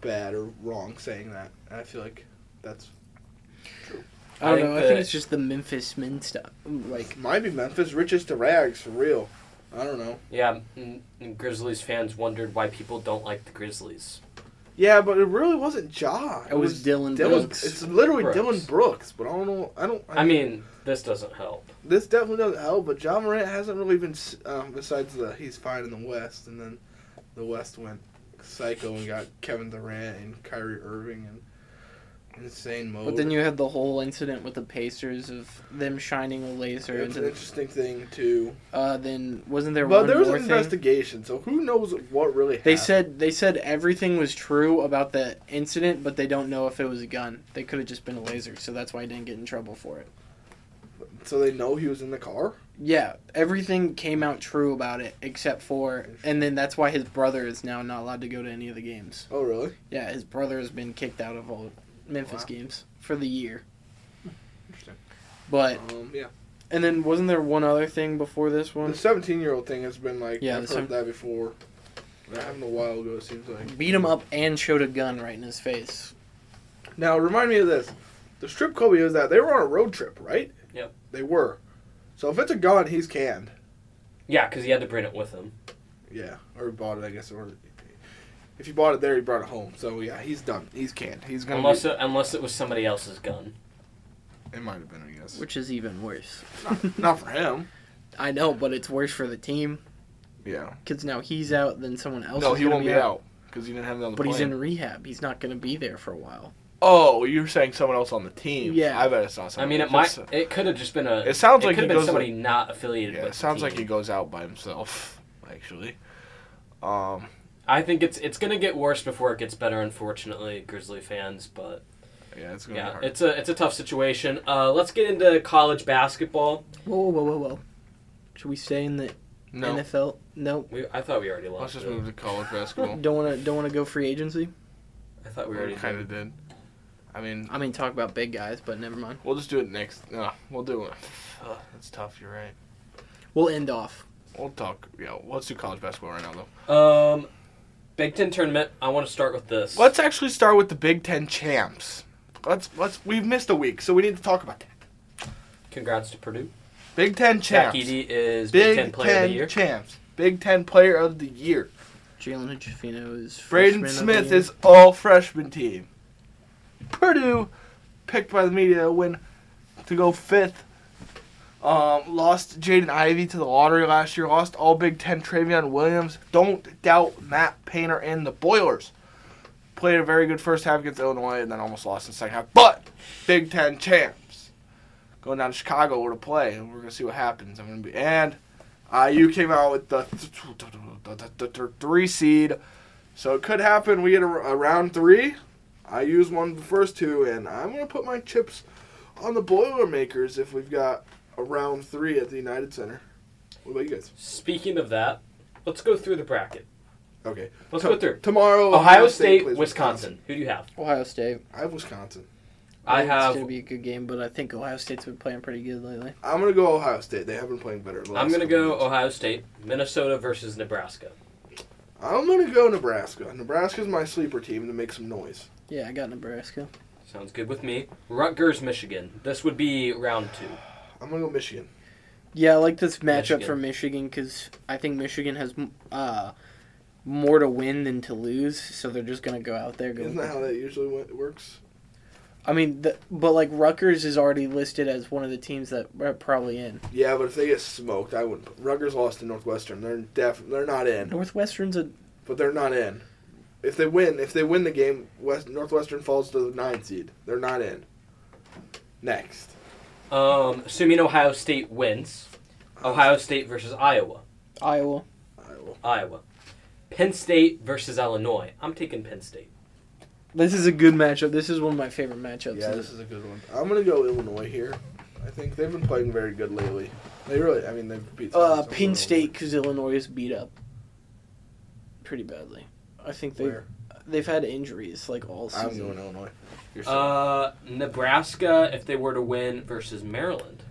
A: bad or wrong saying that. I feel like that's
D: I don't
C: I think
D: know. I think
C: that-
D: it's just the Memphis men stuff. Like
A: might be Memphis riches to rags for real. I don't know.
C: yeah, and, and Grizzlies fans wondered why people don't like the Grizzlies.
A: Yeah, but it really wasn't Ja.
D: It was Dylan Brooks.
A: It's literally
C: Brooks.
A: Dylan Brooks, but I don't know. I don't.
C: I mean, this doesn't help.
A: this definitely doesn't help. But John Morant hasn't really been. s- Um, besides the he's fine in the West, and then the West went psycho and got Kevin Durant and Kyrie Irving and insane mode.
D: But then you had the whole incident with the Pacers of them shining a laser
A: It's an
D: into.
A: interesting thing too.
D: Uh, then wasn't there
A: But
D: one
A: there was an
D: more thing?
A: investigation, so who knows what really happened?
D: They said they said everything was true about the incident, but they don't know if it was a gun. They could have just been a laser, so that's why I didn't get in trouble for it.
A: so. They know he was in the car.
D: Yeah, everything came out true about it except for, and then that's why his brother is now not allowed to go to any of the games.
A: Oh, really?
D: Yeah, his brother has been kicked out of all Memphis
A: Wow.
D: games for the year.
A: Interesting.
D: But
A: Um, yeah.
D: and then wasn't there one other thing before this
A: The
D: one?
A: seventeen-year-old thing has been like
D: Yeah,
A: I've
D: the
A: heard
D: seven-
A: that before. That happened a while ago. It seems like.
D: Beat him up and showed a gun right in his face.
A: Now remind me of this: the strip club he was at, they were on a road trip, right?
C: Yep.
A: They were. So if it's a gun, he's canned.
C: Yeah, because he had to bring it with him.
A: Yeah, or he bought it, I guess. Or if he bought it there, he brought it home. So yeah, he's done. He's canned. He's gonna.
C: Unless
A: be,
C: it, unless it was somebody else's gun.
A: it might have been, I guess.
D: Which is even worse.
A: Not for him.
D: I know, but it's worse for the team
A: Yeah.
D: because now he's out, then someone else.
E: no,
D: is
E: he
D: gonna
E: won't be out because he didn't have another.
D: But he's in rehab. He's not going to be there for a while.
E: Oh, you're saying someone else on the team?
D: Yeah.
E: I bet it's not.
C: I
E: Someone
C: mean, it
E: else.
C: might. It could have just been a.
E: It sounds like
C: could have
E: he
C: been
E: goes
C: somebody not affiliated.
E: Yeah,
C: with
E: it sounds
C: the
E: like he
C: team.
E: goes out by himself. Actually, um,
C: I think it's it's gonna get worse before it gets better. Unfortunately, Grizzly fans, but
E: yeah, it's gonna be
C: yeah,
E: hard.
C: it's a it's a tough situation. Uh, let's get into college basketball.
D: Whoa, whoa, whoa, whoa! Should we stay in the
E: no,
D: NFL? No.
C: We, I thought we already
E: let's
C: lost.
E: just
C: it.
E: move to college basketball.
D: Don't want to. Don't want to go free agency.
C: I thought we
E: we
C: already
E: kind
C: kind
E: of did. I mean,
D: I mean, talk about big guys, but never mind.
E: we'll just do it next. No, we'll do it. Ugh, that's tough. You're right.
D: We'll end off.
E: We'll talk. Yeah, let's do college basketball right now, though.
C: Um, Big Ten tournament. I want to start with this.
E: Let's actually start with the Big Ten champs. Let's let's. We've missed a week, so we need to talk about that.
C: Congrats to Purdue.
E: Big Ten
C: Jack
E: champs.
C: Eady is Big,
E: Big
C: Ten Player of the Year.
E: champs. Big Ten player of the year.
D: Jalen Jafino is. freshman
E: Braden
D: of the
E: Smith
D: year.
E: is all freshman team. Purdue, picked by the media to win to go fifth. Um, lost Jaden Ivey to the lottery last year. Lost all Big Ten Travion Williams. Don't doubt Matt Painter and the Boilers. Played a very good first half against Illinois and then almost lost in the second half. But Big Ten champs going down to Chicago to play. and We're gonna see what happens. I'm gonna be and IU Uh, came out with the th- th- th- th- th- th- three seed. So it could happen. We get a, a round three. I use one of the first two, and I'm gonna put my chips on the Boilermakers if we've got a round three at the United Center. What about you guys?
C: Speaking of that, let's go through the bracket.
A: Okay.
C: Let's
A: To-
C: go through.
A: Tomorrow,
C: Ohio State,
A: plays
C: Wisconsin. Who do you have?
D: Ohio State.
A: I have Wisconsin.
C: I
D: It's
C: have.
D: gonna be a good game, but I think Ohio State's been playing pretty good lately.
A: I'm gonna go Ohio State. They have been playing better. the
C: I'm
A: last
C: gonna
A: couple
C: go
A: games.
C: Ohio State, Minnesota versus Nebraska.
A: I'm gonna go Nebraska. Nebraska's my sleeper team to make some noise.
D: Yeah, I got Nebraska.
C: Sounds good with me. Rutgers, Michigan. This would be round two.
A: I'm gonna go Michigan.
D: Yeah, I like this matchup
C: Michigan.
D: for Michigan because I think Michigan has m- uh, more to win than to lose, so they're just gonna go out there. Go
A: Isn't that how that usually wo- works?
D: I mean, the, but like Rutgers is already listed as one of the teams that are probably in.
A: Yeah, but if they get smoked, I wouldn't. put- Rutgers lost to Northwestern. They're def. They're not in.
D: Northwestern's a
A: but they're not in. If they win, if they win the game, West Northwestern falls to the nine seed. They're not in. Next,
C: Um, assuming Ohio State wins, Ohio State versus Iowa.
D: Iowa.
A: Iowa.
C: Iowa. Penn State versus Illinois. I'm taking Penn State.
D: This is a good matchup. This is one of my favorite matchups.
A: Yeah, this is a good one. I'm gonna go Illinois here. I think they've been playing very good lately. They really, I mean, they've beat.
D: uh,
A: some-
D: Penn State because Illinois is beat up pretty badly. I think they
A: Where?
D: they've had injuries like all
A: I'm
D: season.
A: going Illinois. You're
C: Uh, Nebraska, if they were to win, versus Maryland.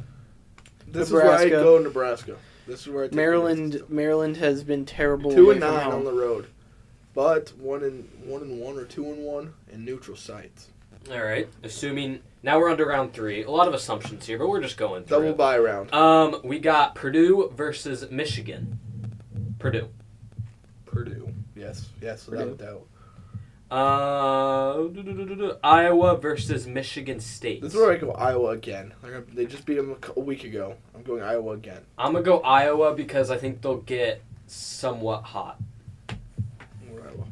A: this is where
D: Nebraska.
A: I go Nebraska. This is where I take
D: Maryland
A: Nebraska.
D: Maryland has been terrible.
A: Two
D: away
A: and
D: from
A: nine
D: home.
A: on the road, but one and one and one or two and one in neutral sites.
C: All right. Assuming now we're under round three. A lot of assumptions here, but we're just going through.
A: Double
C: it.
A: bye round.
C: Um, we got Purdue versus Michigan. Purdue.
A: Purdue. Yes. Yes. Without a doubt.
C: Uh, du-du-du-du-du. Iowa versus Michigan State.
A: This is where I go Iowa again. They're gonna- They just beat them a week ago. I'm going Iowa again.
C: I'm gonna go Iowa because I think they'll get somewhat hot.
A: I'm going Iowa.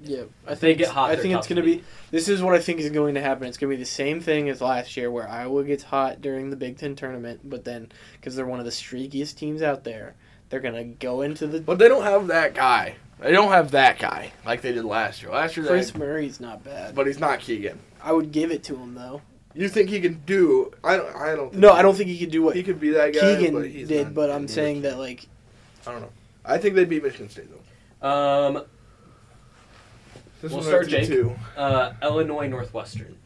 D: Yeah,
C: If they get hot,
D: I
C: they're
D: think it's
C: tough
D: going
C: to
D: to be. This is what I think is going to happen. It's going to be the same thing as last year, where Iowa gets hot during the Big Ten tournament, but then because they're one of the streakiest teams out there, they're going to go into the.
E: But they don't have that guy. They don't have that guy like they did last year. Last year, they
D: Chris Murray's not bad.
E: but he's not Keegan.
D: I would give it to him though.
A: You think he can do? I don't. I don't. Think
D: No, I don't think he could do what
A: He could be that guy.
D: Keegan
A: but he's
D: did,
A: not.
D: but I'm saying that like
A: I don't know. I think they beat Michigan State though.
C: Um,
A: This
C: We'll
A: one's
C: start Jake.
A: Too.
C: uh, Illinois Northwestern.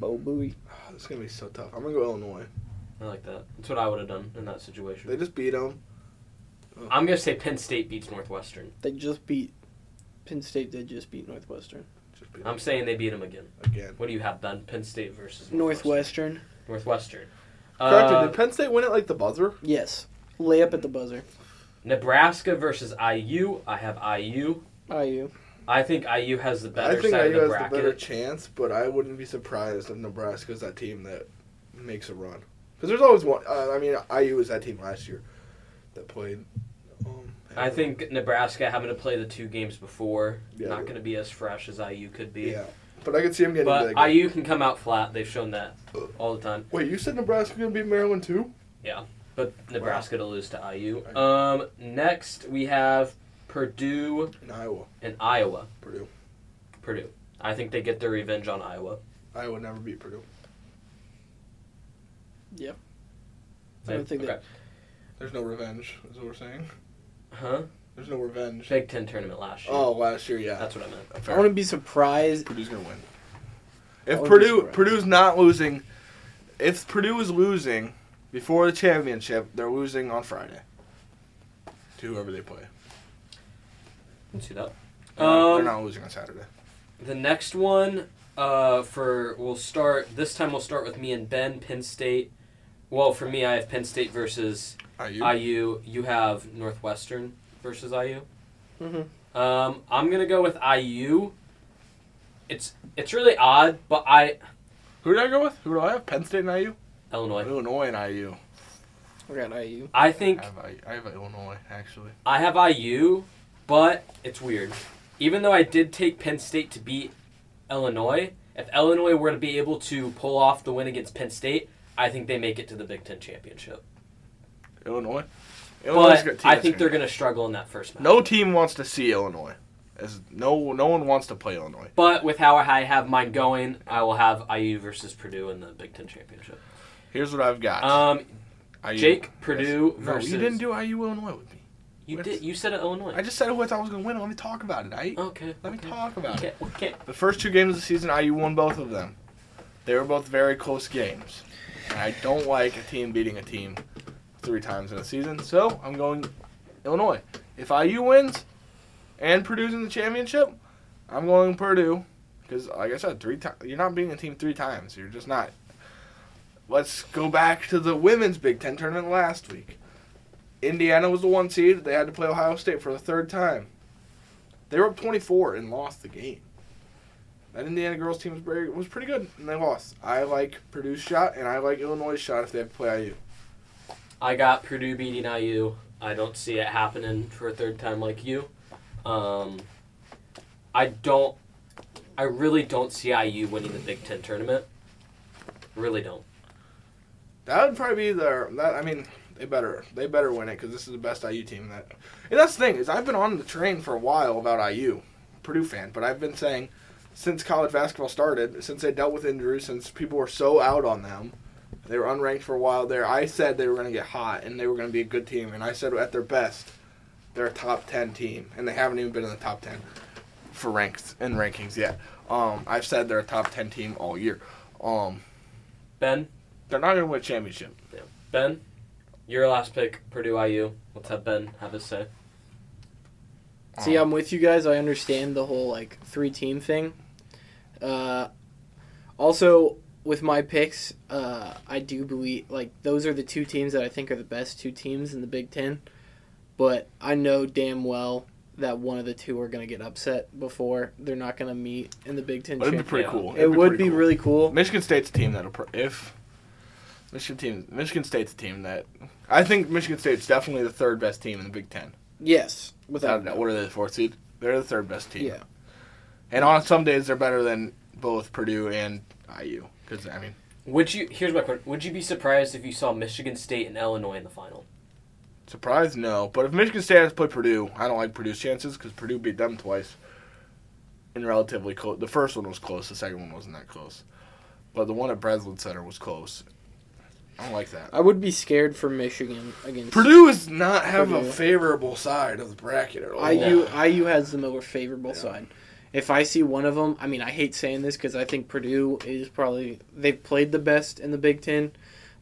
D: Bo Booey.
A: Oh, this is gonna be so tough. I'm gonna go Illinois.
C: I like that. That's what I would have done in that situation.
A: They just beat them.
C: I'm gonna say Penn State beats Northwestern.
D: They just beat Penn State. Did just beat Northwestern.
A: Just beat 'em
C: I'm saying they beat them again.
A: again.
C: What do you have, Ben? Penn State versus
D: Northwestern.
C: Northwestern.
A: Corrected.
C: Uh,
A: did Penn State win it like the buzzer?
D: Yes. Layup at the buzzer.
C: Nebraska versus IU. I have IU.
D: IU.
C: I think IU has the better
A: I think
C: side
A: IU
C: of the
A: has
C: bracket.
A: the better chance, but I wouldn't be surprised if Nebraska's that team that makes a run. Because there's always one. Uh, I mean, IU was that team last year that played. Um,
C: I think Nebraska having to play the two games before
A: Yeah.
C: not going to be as fresh as IU could be.
A: Yeah, but I could see him getting.
C: But
A: that game.
C: IU can come out flat. They've shown that all the time.
A: Wait, you said Nebraska gonna beat Maryland too?
C: But Nebraska to lose to IU. Um, next we have Purdue
A: In Iowa,
C: and Iowa.
A: Purdue.
C: Purdue. I think they get their revenge on Iowa.
A: Iowa never beat Purdue.
D: I don't think
C: okay.
A: There's no revenge, is what we're saying.
C: Huh?
A: There's no revenge.
C: Big Ten tournament last year.
A: Oh, last year, yeah.
C: That's what I meant.
D: I wouldn't be surprised.
A: Purdue's gonna win.
E: If
D: I would be
E: Purdue
D: surprised.
E: Purdue's not losing, if Purdue is losing before the championship, they're losing on Friday.
A: To whoever they play.
C: Let's see that.
E: They're not-
C: Um,
E: they're not losing on Saturday.
C: The next one uh, for we'll start this time. We'll start with me and Ben. Penn State. Well, for me, I have Penn State versus
A: IU.
C: IU. You have Northwestern versus IU.
D: Mm-hmm.
C: Um, I'm gonna go with IU. It's it's really odd, but I
E: Who did I go with? Who do I have? Penn State and IU.
C: Illinois.
E: Illinois and IU.
D: I got IU.
C: I
E: I
C: think
E: have, I, I have Illinois actually.
C: I have IU, but it's weird. Even though I did take Penn State to beat Illinois, if Illinois were to be able to pull off the win against Penn State, I think they make it to the Big Ten championship.
E: Illinois. Illinois's got a
C: But
E: team
C: I
E: that's
C: think they're
E: gonna-
C: going to struggle in that first match.
E: No team wants to see Illinois. As no, no one wants to play Illinois.
C: But with how I have mine going, I will have IU versus Purdue in the Big Ten championship.
E: Here's what I've got.
C: Um,
E: IU.
C: Jake Purdue
E: No,
C: versus
E: you didn't do IU Illinois with me.
C: you did you said it Illinois.
E: I just said who I thought was going to win. Let me talk about it. I
C: okay.
E: let me
C: okay.
E: talk about it.
C: Okay. Okay.
E: The first two games of the season, IU won both of them. They were both very close games. And I don't like a team beating a team three times in a season, so I'm going Illinois. If IU wins and Purdue's in the championship, I'm going Purdue. Because, like I said, three times you're not beating a team three times. You're just not. Let's go back to the women's Big Ten tournament last week. Indiana was the one seed. They had to play Ohio State for the third time. They were up 24 and lost the game. That Indiana girls team was very, was pretty good, and they lost. I like Purdue's shot, and I like Illinois' shot if they have to play IU.
C: I got Purdue beating IU. I don't see it happening for a third time like you. Um, I don't. I really don't see IU winning the Big Ten tournament. Really don't.
A: That would probably be their. That I mean, they better they better win it because this is the best IU team that. And that's the thing is I've been on the train for a while about IU, Purdue fan, but I've been saying since college basketball started, since they dealt with injuries, since people were so out on them, they were unranked for a while there. I said they were going to get hot and they were going to be a good team, and I said at their best, they're a top ten team, and they haven't even been in the top ten for ranks and rankings yet. Um, I've said they're a top ten team all year. Um,
C: Ben,
A: they're not going to win a championship.
C: Ben, your last pick, Purdue IU. Let's have Ben have his say.
D: See, I'm with you guys. I understand the whole like three team thing. Uh, also, with my picks, uh, I do believe like those are the two teams that I think are the best two teams in the Big Ten. but I know damn well that one of the two are going to get upset before they're not going to meet in the Big Ten.
E: But it'd be
D: champ-
E: pretty
C: Yeah.
E: cool.
D: it
E: It'd
D: would
E: pretty
D: be
E: cool.
D: really cool.
E: Michigan State's a team that'll pr- if Michigan team Michigan State's a team that I think Michigan State's definitely the third best team in the Big Ten.
D: Yes,
E: Without
D: without
E: a doubt. What are they, the fourth seed? They're the third best team.
D: Yeah.
E: And on some days they're better than both Purdue and IU. Because I mean,
C: Would you? Here's my question. Would you be surprised if you saw Michigan State and Illinois in the final?
E: surprise no, but if Michigan State has to play Purdue, I don't like Purdue's chances because Purdue beat them twice. In relatively close, the first one was close. The second one wasn't that close, but the one at Breslin Center was close. I don't like that.
D: I would be scared for Michigan against
E: Purdue does not have
D: Purdue.
E: a favorable side of the bracket at all.
D: IU IU has the more favorable side. If I see one of them, I mean, I hate saying this because I think Purdue is probably they've played the best in the Big Ten,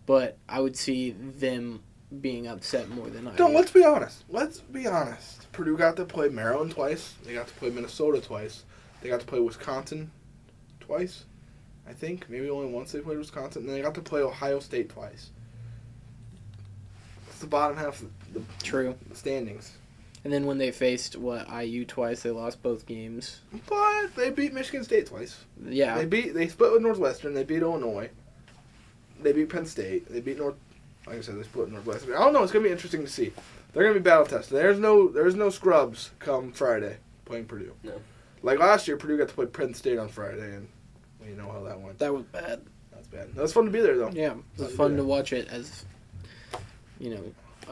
D: but I would see them being upset more than I.
A: Don't let's be honest. Let's be honest. Purdue got to play Maryland twice. They got to play Minnesota twice. They got to play Wisconsin twice. I think maybe only once they played Wisconsin. And they got to play Ohio State twice. It's the bottom half of the
D: True.
A: the standings.
D: And then when they faced what IU twice, they lost both games.
A: But they beat Michigan State twice.
D: Yeah,
A: They beat they split with Northwestern. They beat Illinois. They beat Penn State. They beat North. Like I said, they split with Northwestern. I don't know. It's gonna be interesting to see. They're gonna be battle tested. There's no there's no scrubs come Friday playing Purdue.
C: No.
A: Like last year, Purdue got to play Penn State on Friday, and we know how that went.
D: that was bad.
A: That's bad. That was fun to be there though.
D: Yeah, it was fun to watch it as you know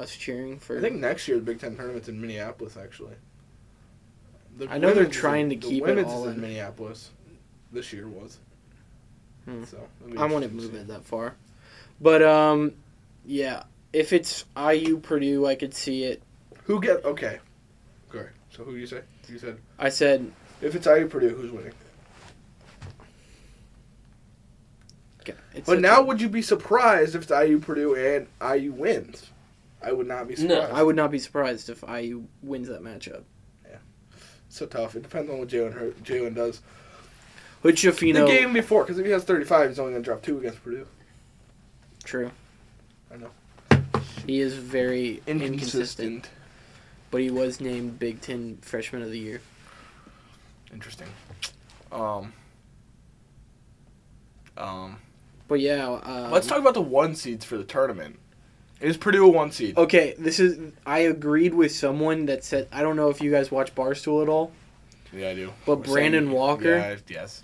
D: us cheering for.
A: I think next year the Big Ten tournament's in Minneapolis actually. The
D: I know they're
A: women's is
D: trying to
A: the
D: keep it
A: women's
D: all
A: is
D: in.
A: in Minneapolis. This year was.
D: Hmm.
A: So it'll be
D: I want to
A: interesting
D: move
A: see.
D: it that far. But um, yeah, if it's IU Purdue, I could see it.
A: Who get okay? Okay. So who you say? You said
D: I said
A: if it's IU Purdue, who's winning?
D: Okay, it's
A: But
D: such
A: now,
D: a-
A: would you be surprised if it's IU Purdue and IU wins? I would not be
C: No.
A: surprised.
D: I would not be surprised if IU wins that matchup.
A: So tough. It depends on what Jalen Hur- Jalen does.
D: Which, if you
A: the
D: know,
A: game before, because if he has thirty five, he's only gonna drop two against Purdue.
D: true.
A: I know.
D: He is very inconsistent.
A: Inconsistent.
D: but he was named Big Ten Freshman of the Year.
E: Interesting. Um. Um.
D: But yeah, uh,
E: Let's talk about the one seeds for the tournament. Is Purdue a one seed?
D: Okay, this is. I agreed with someone that said I don't know if you guys watch Barstool at all,
E: Yeah, I do.
D: but
E: We're
D: Brandon
E: saying-
D: Walker,
E: Yeah, yes.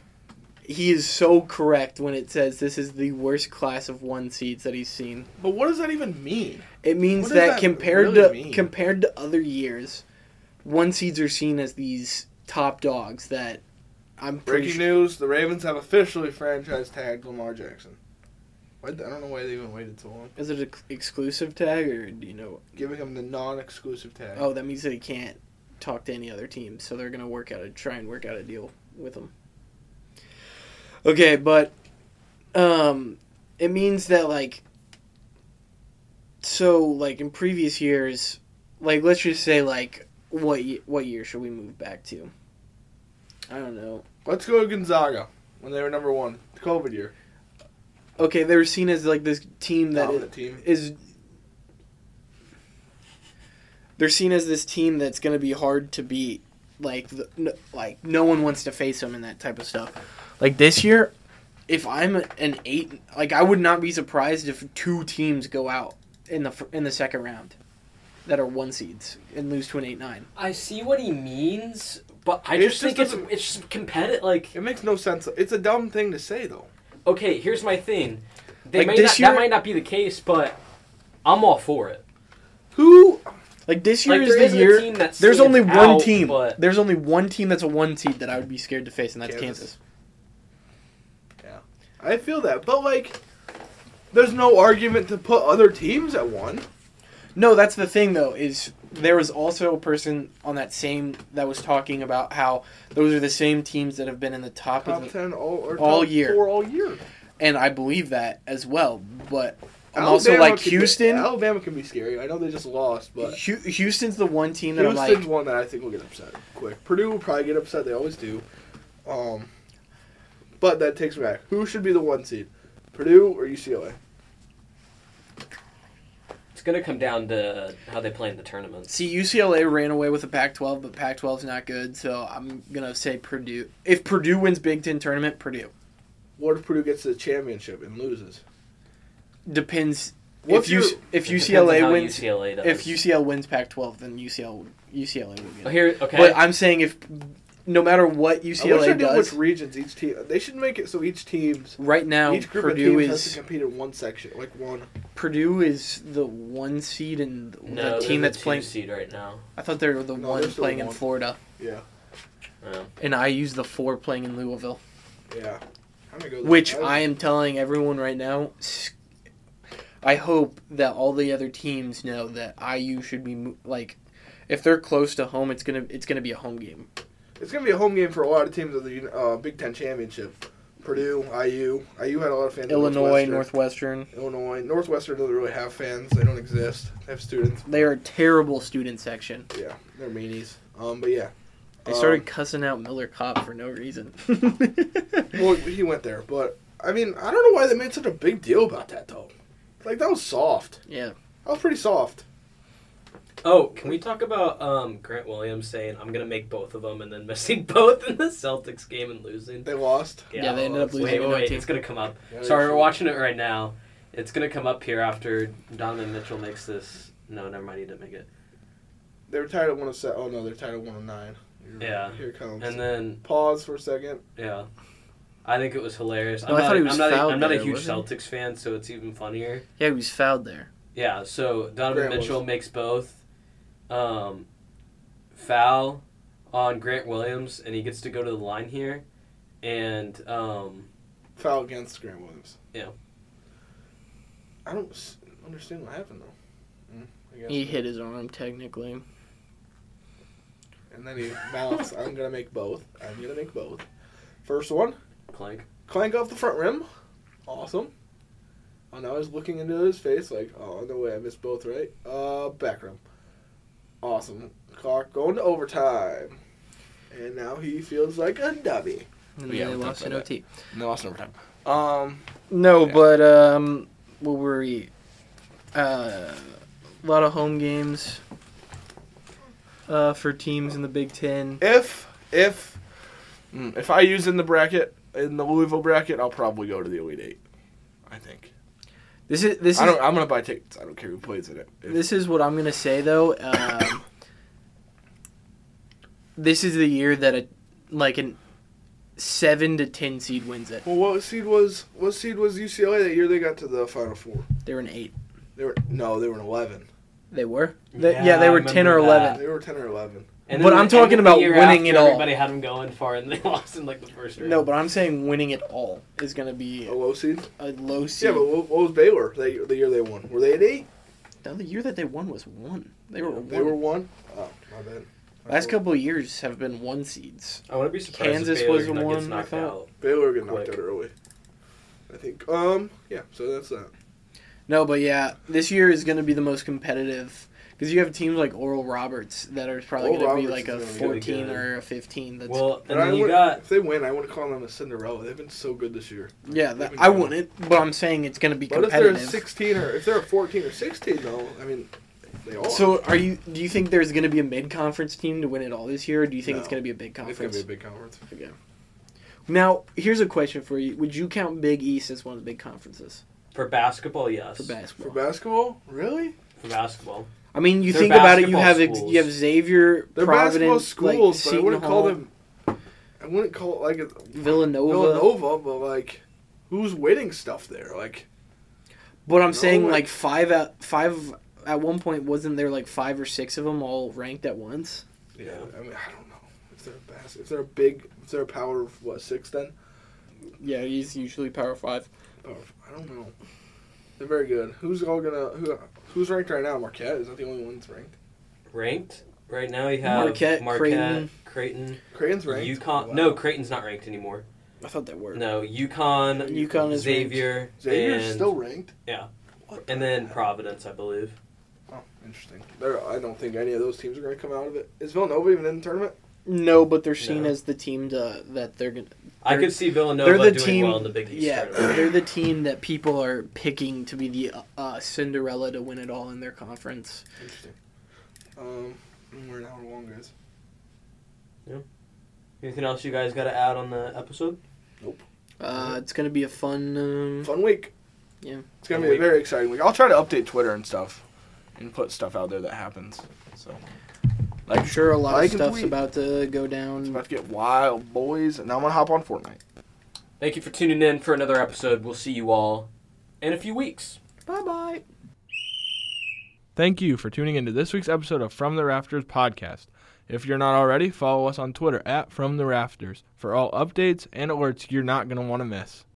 D: he is so correct when it says this is the worst class of one seeds that he's seen.
E: But what does that even mean?
D: It means
E: What does
D: that,
E: that
D: compared
E: really
D: to
E: mean?
D: compared to other years, one seeds are seen as these top dogs that I'm pretty
A: Breaking
D: sure.
A: news: The Ravens have officially franchise tagged Lamar Jackson. Why, I don't know why they even waited so long.
D: Is it an exclusive tag or do you know?
A: Giving him the non-exclusive tag.
D: Oh, that means that he can't talk to any other team, so they're gonna work out a try and work out a deal with him. Okay, but um, it means that like, so like in previous years, like let's just say like what ye- what year should we move back to? I don't know.
A: Let's go to Gonzaga when they were number one. The COVID year.
D: Okay, they were seen as like this team that is
A: Dominant team.
D: is they're seen as this team that's going to be hard to beat. Like, the, no, like no one wants to face them and that type of stuff. Like this year, if I'm an eight, like I would not be surprised if two teams go out in the fir- in the second round that are one seeds and lose to an eight nine.
C: I see what he means, but I
A: It's
C: just think
A: just
C: it's
A: a-
C: it's just competitive. Like,
A: It makes no sense. It's a dumb thing to say though.
C: okay, here's my thing. They
D: Like,
C: may
D: this
C: not,
D: year-
C: that might not be the case, but I'm all for it.
A: Who
D: Like this year
C: Like,
D: is
C: there
D: the
C: isn't a
D: year.
C: team that
D: there's
C: stands
D: only one
C: out,
D: team.
C: but-
D: There's only one team that's a one seed that I would be scared to face, and that's
A: Kansas.
D: Kansas.
A: I feel that, but like, there's no argument to put other teams at one.
D: No, that's the thing though. Is there was also a person on that same that was talking about how those are the same teams that have been in the top,
A: Top
D: of the,
A: ten all or
D: All
A: top
D: year.
A: four all year.
D: and I believe that as well. But I'm
A: Alabama
D: also like
A: can be-
D: Houston.
A: Alabama can be scary. I know they just lost, but
D: Hu- Houston's the one team that
A: Houston's
D: I'm like.
A: one that I think will get upset quick. Purdue will probably get upset. They always do. Um, but that takes me back. Who should be the one seed? Purdue or UCLA?
C: It's gonna come down to how they play in the tournaments.
D: See, UCLA ran away with the Pac-12, but Pac-12's not good, so I'm gonna say Purdue. If Purdue wins Big Ten tournament, Purdue
A: What if Purdue gets to the championship and loses?
D: depends.
A: What's
D: if you
A: your-
D: if
C: It depends on
D: UCLA
C: how
D: wins,
C: UCLA does.
D: if UCLA wins Pac-12, then UCLA UCLA will get.
C: Oh,
D: it.
C: here, okay.
D: But I'm saying if no matter what
A: I wish I
D: UCLA
A: knew which
D: does
A: regions each team. They should make it so each team's
D: right now,
A: each group
D: Purdue
A: of teams has to
D: is
A: compete in one section, like one.
D: Purdue is the one seed and the,
C: no,
D: the
C: they're
D: team
C: the
D: that's
C: two
D: playing.
C: seed right now.
D: I thought they were the
A: No,
D: one
A: they're still
D: playing in
A: one.
D: Florida,
A: Yeah,
C: Yeah.
D: and I use the four playing in Louisville.
A: yeah. I'm gonna go.
D: Which
A: there.
D: I am telling everyone right now. s- I hope that all the other teams know that IU should be mo- like, if they're close to home, it's gonna it's gonna be a home game.
A: It's gonna be a home game for a lot of teams of the uh, Big Ten championship. Purdue, IU, IU had a lot of fans. in
D: Illinois,
A: Northwestern.
D: Northwestern,
A: Illinois, Northwestern doesn't really have fans. They don't exist. They have students.
D: they are a terrible student section.
A: Yeah, they're meanies. Um, but yeah,
D: They started
A: Um,
D: cussing out Miller Cop for no reason.
A: well, he went there, but I mean, I don't know why they made such a big deal about that though. Like that was soft.
D: yeah,
A: That was pretty soft.
C: Oh, can we talk about um, Grant Williams saying I'm gonna make both of them and then missing both in the Celtics game and losing?
A: They lost.
D: Yeah, they ended up
C: wait,
D: losing to
C: Wait, wait,
D: Nike.
C: it's gonna come up.
A: Yeah,
C: Sorry,
A: they-
C: we're watching it right now. It's gonna come up here after Donovan Mitchell makes this. No, never mind, he didn't make it.
A: They were tied at one of seven. Oh no, they're tied at one of nine. You're-
C: Yeah.
A: Here it comes.
C: And then
A: Pause for a second.
C: yeah, I think it was hilarious.
D: No, I
C: I'm
D: thought
C: not,
D: he was
C: I'm not,
D: fouled
C: a, I'm not a
D: there,
C: huge
D: wasn't
C: Celtics fan, so it's even funnier.
D: yeah, he was fouled there.
C: Yeah, so Donovan
A: Grant
C: Mitchell
A: Williams.
C: makes both. Um, foul on Grant Williams, and he gets to go to the line here, and um,
A: Foul against Grant Williams.
C: Yeah.
A: I don't s- understand what happened though. Mm, I guess.
D: He hit his arm technically.
A: And then he mouths, "I'm gonna make both. I'm gonna make both." First one,
C: clank.
A: clank off the front rim. Awesome. And I was looking into his face like, oh, no way, I missed both, right? Uh, back rim. Awesome. Clock going to overtime. And now he feels like a dubby.
D: And
E: Oh, yeah,
D: they
E: we talked
D: lost in
E: about
D: OT.
E: And they lost in overtime.
A: Um,
D: No,
E: Yeah.
D: but um, what were we? Uh, a lot of home games. Uh, for teams in the Big Ten.
E: If if
A: hmm,
E: mm, if I use in the bracket in the Louisville bracket, I'll probably go to the Elite Eight. I think.
D: This is this
E: I
D: is
E: don't. I'm gonna buy tickets. I don't care who plays in it. If-
D: this is what I'm gonna say though. Um, this is the year that a like an seven to ten seed wins it.
A: well, what seed was what seed was UCLA that year they got to the Final Four?
D: They were an eight.
A: They were no, they were an eleven.
D: They were. They- yeah,
C: Yeah,
D: they
C: I
D: were ten or
C: remember that.
D: eleven.
A: They were ten or eleven.
C: And
D: But
C: then
D: I'm
C: the end
D: talking
C: of the
D: about
C: year
D: winning
C: after,
D: it all.
C: Everybody had him going far, and they lost in like the first round.
D: No, but I'm saying winning it all is gonna be
A: A low seed.
D: a low seed.
A: Yeah, but what, what was Baylor that year, the year they won? Were they at eight?
D: No, the year that they won was one. They were one.
A: They were one. Oh, my bad.
D: Last couple of years have been one seeds.
C: I wouldn't be surprised.
D: Kansas
C: if Baylor
D: was the
C: Nuggets
D: one, I
C: knocked
D: thought.
C: out.
A: Baylor got knocked
C: Quick.
A: out early. I think. Um. Yeah. So that's that.
D: No, but yeah, this year is going to be the most competitive because you have teams like Oral Roberts that are probably
A: Oral
D: going to be
A: Roberts
D: like a
A: is gonna
C: be really
D: 14
C: good.
D: or a 15. That's
C: Well,
A: But
C: and
A: I
C: then you
A: would-
C: got
A: if they win, I want to call them a Cinderella. They've been so good this year.
D: yeah,
A: they've
D: that,
A: been
D: I
A: good.
D: wouldn't, but I'm saying it's going to be
A: But if they're a
D: competitive.
A: sixteen or if they're a fourteen or sixteen, though, I mean, they all.
D: so, are you? Do you think there's going to be a mid-conference team to win it all this year, or do you think it's
A: No.
D: going to be a big
A: it's gonna
D: conference?
A: be a big conference.
D: now, here's a question for you: Would you count Big East as one of the big conferences
C: for basketball, yes.
D: for basketball?
A: For basketball, really?
C: For basketball,
D: I mean, you
C: They're
D: think about it. You
C: basketball
D: have ex-
C: schools.
D: you have Xavier,
A: They're basketball
D: Providence,
A: schools,
D: like,
A: but I
D: Seton
A: wouldn't
D: Hall,
A: call them. I wouldn't call it like a
D: Villanova.
A: Villanova, but like, who's winning stuff there? Like,
D: But I'm saying
A: No,
D: like
A: it-
D: five at five at one point wasn't there like five or six of them all ranked at once?
A: yeah,
C: Yeah.
A: I mean, I don't know. If they're a bas- if they're a big, if they're a power of what six, then
D: Yeah, he's usually power five.
A: power, of- Oh, I don't know. They're very good. Who's all gonna who? Who's ranked right now? Marquette is that the only one that's ranked?
C: ranked right now you have
D: Marquette, Creighton.
C: Creighton,
A: Creighton's ranked.
C: UConn. No, Creighton's not ranked anymore.
D: I thought that worked.
C: No, UConn,
D: UConn is
C: Xavier,
A: Xavier's
C: and,
A: still ranked.
C: yeah.
A: What the
C: and then
A: heck?
C: Providence, I believe.
A: Oh, interesting. There, I don't think any of those teams are going to come out of it. Is Villanova even in the tournament?
D: No, but they're seen
C: No.
D: as the team to, that they're gonna
C: I
D: They're-
C: could see Villanova
D: they're the
C: doing
D: team-
C: well in the Big East
D: Yeah,
C: tournament.
D: they're the team that people are picking to be the uh, Cinderella to win it all in their conference.
A: Interesting. Um, we're an hour long, guys.
C: Anything else you guys got to add on the episode?
D: Uh, it's gonna be a fun. Um,
A: Fun week.
D: Yeah.
A: It's gonna
F: Fun
A: be
F: week.
A: a very exciting week. I'll try to update Twitter and stuff, and put stuff out there that happens. So
D: I'm sure a lot
A: I
D: of
A: can
D: stuff's
A: tweet.
D: about to go
A: it's
D: down.
A: about to get wild, boys. And now I'm gonna hop on Fortnite.
C: Thank you for tuning in for another episode. We'll see you all in a few weeks.
D: Bye bye.
E: Thank you for tuning into this week's episode of From the Rafters podcast. If you're not already, follow us on Twitter at From the Rafters for all updates and alerts you're not going to want to miss.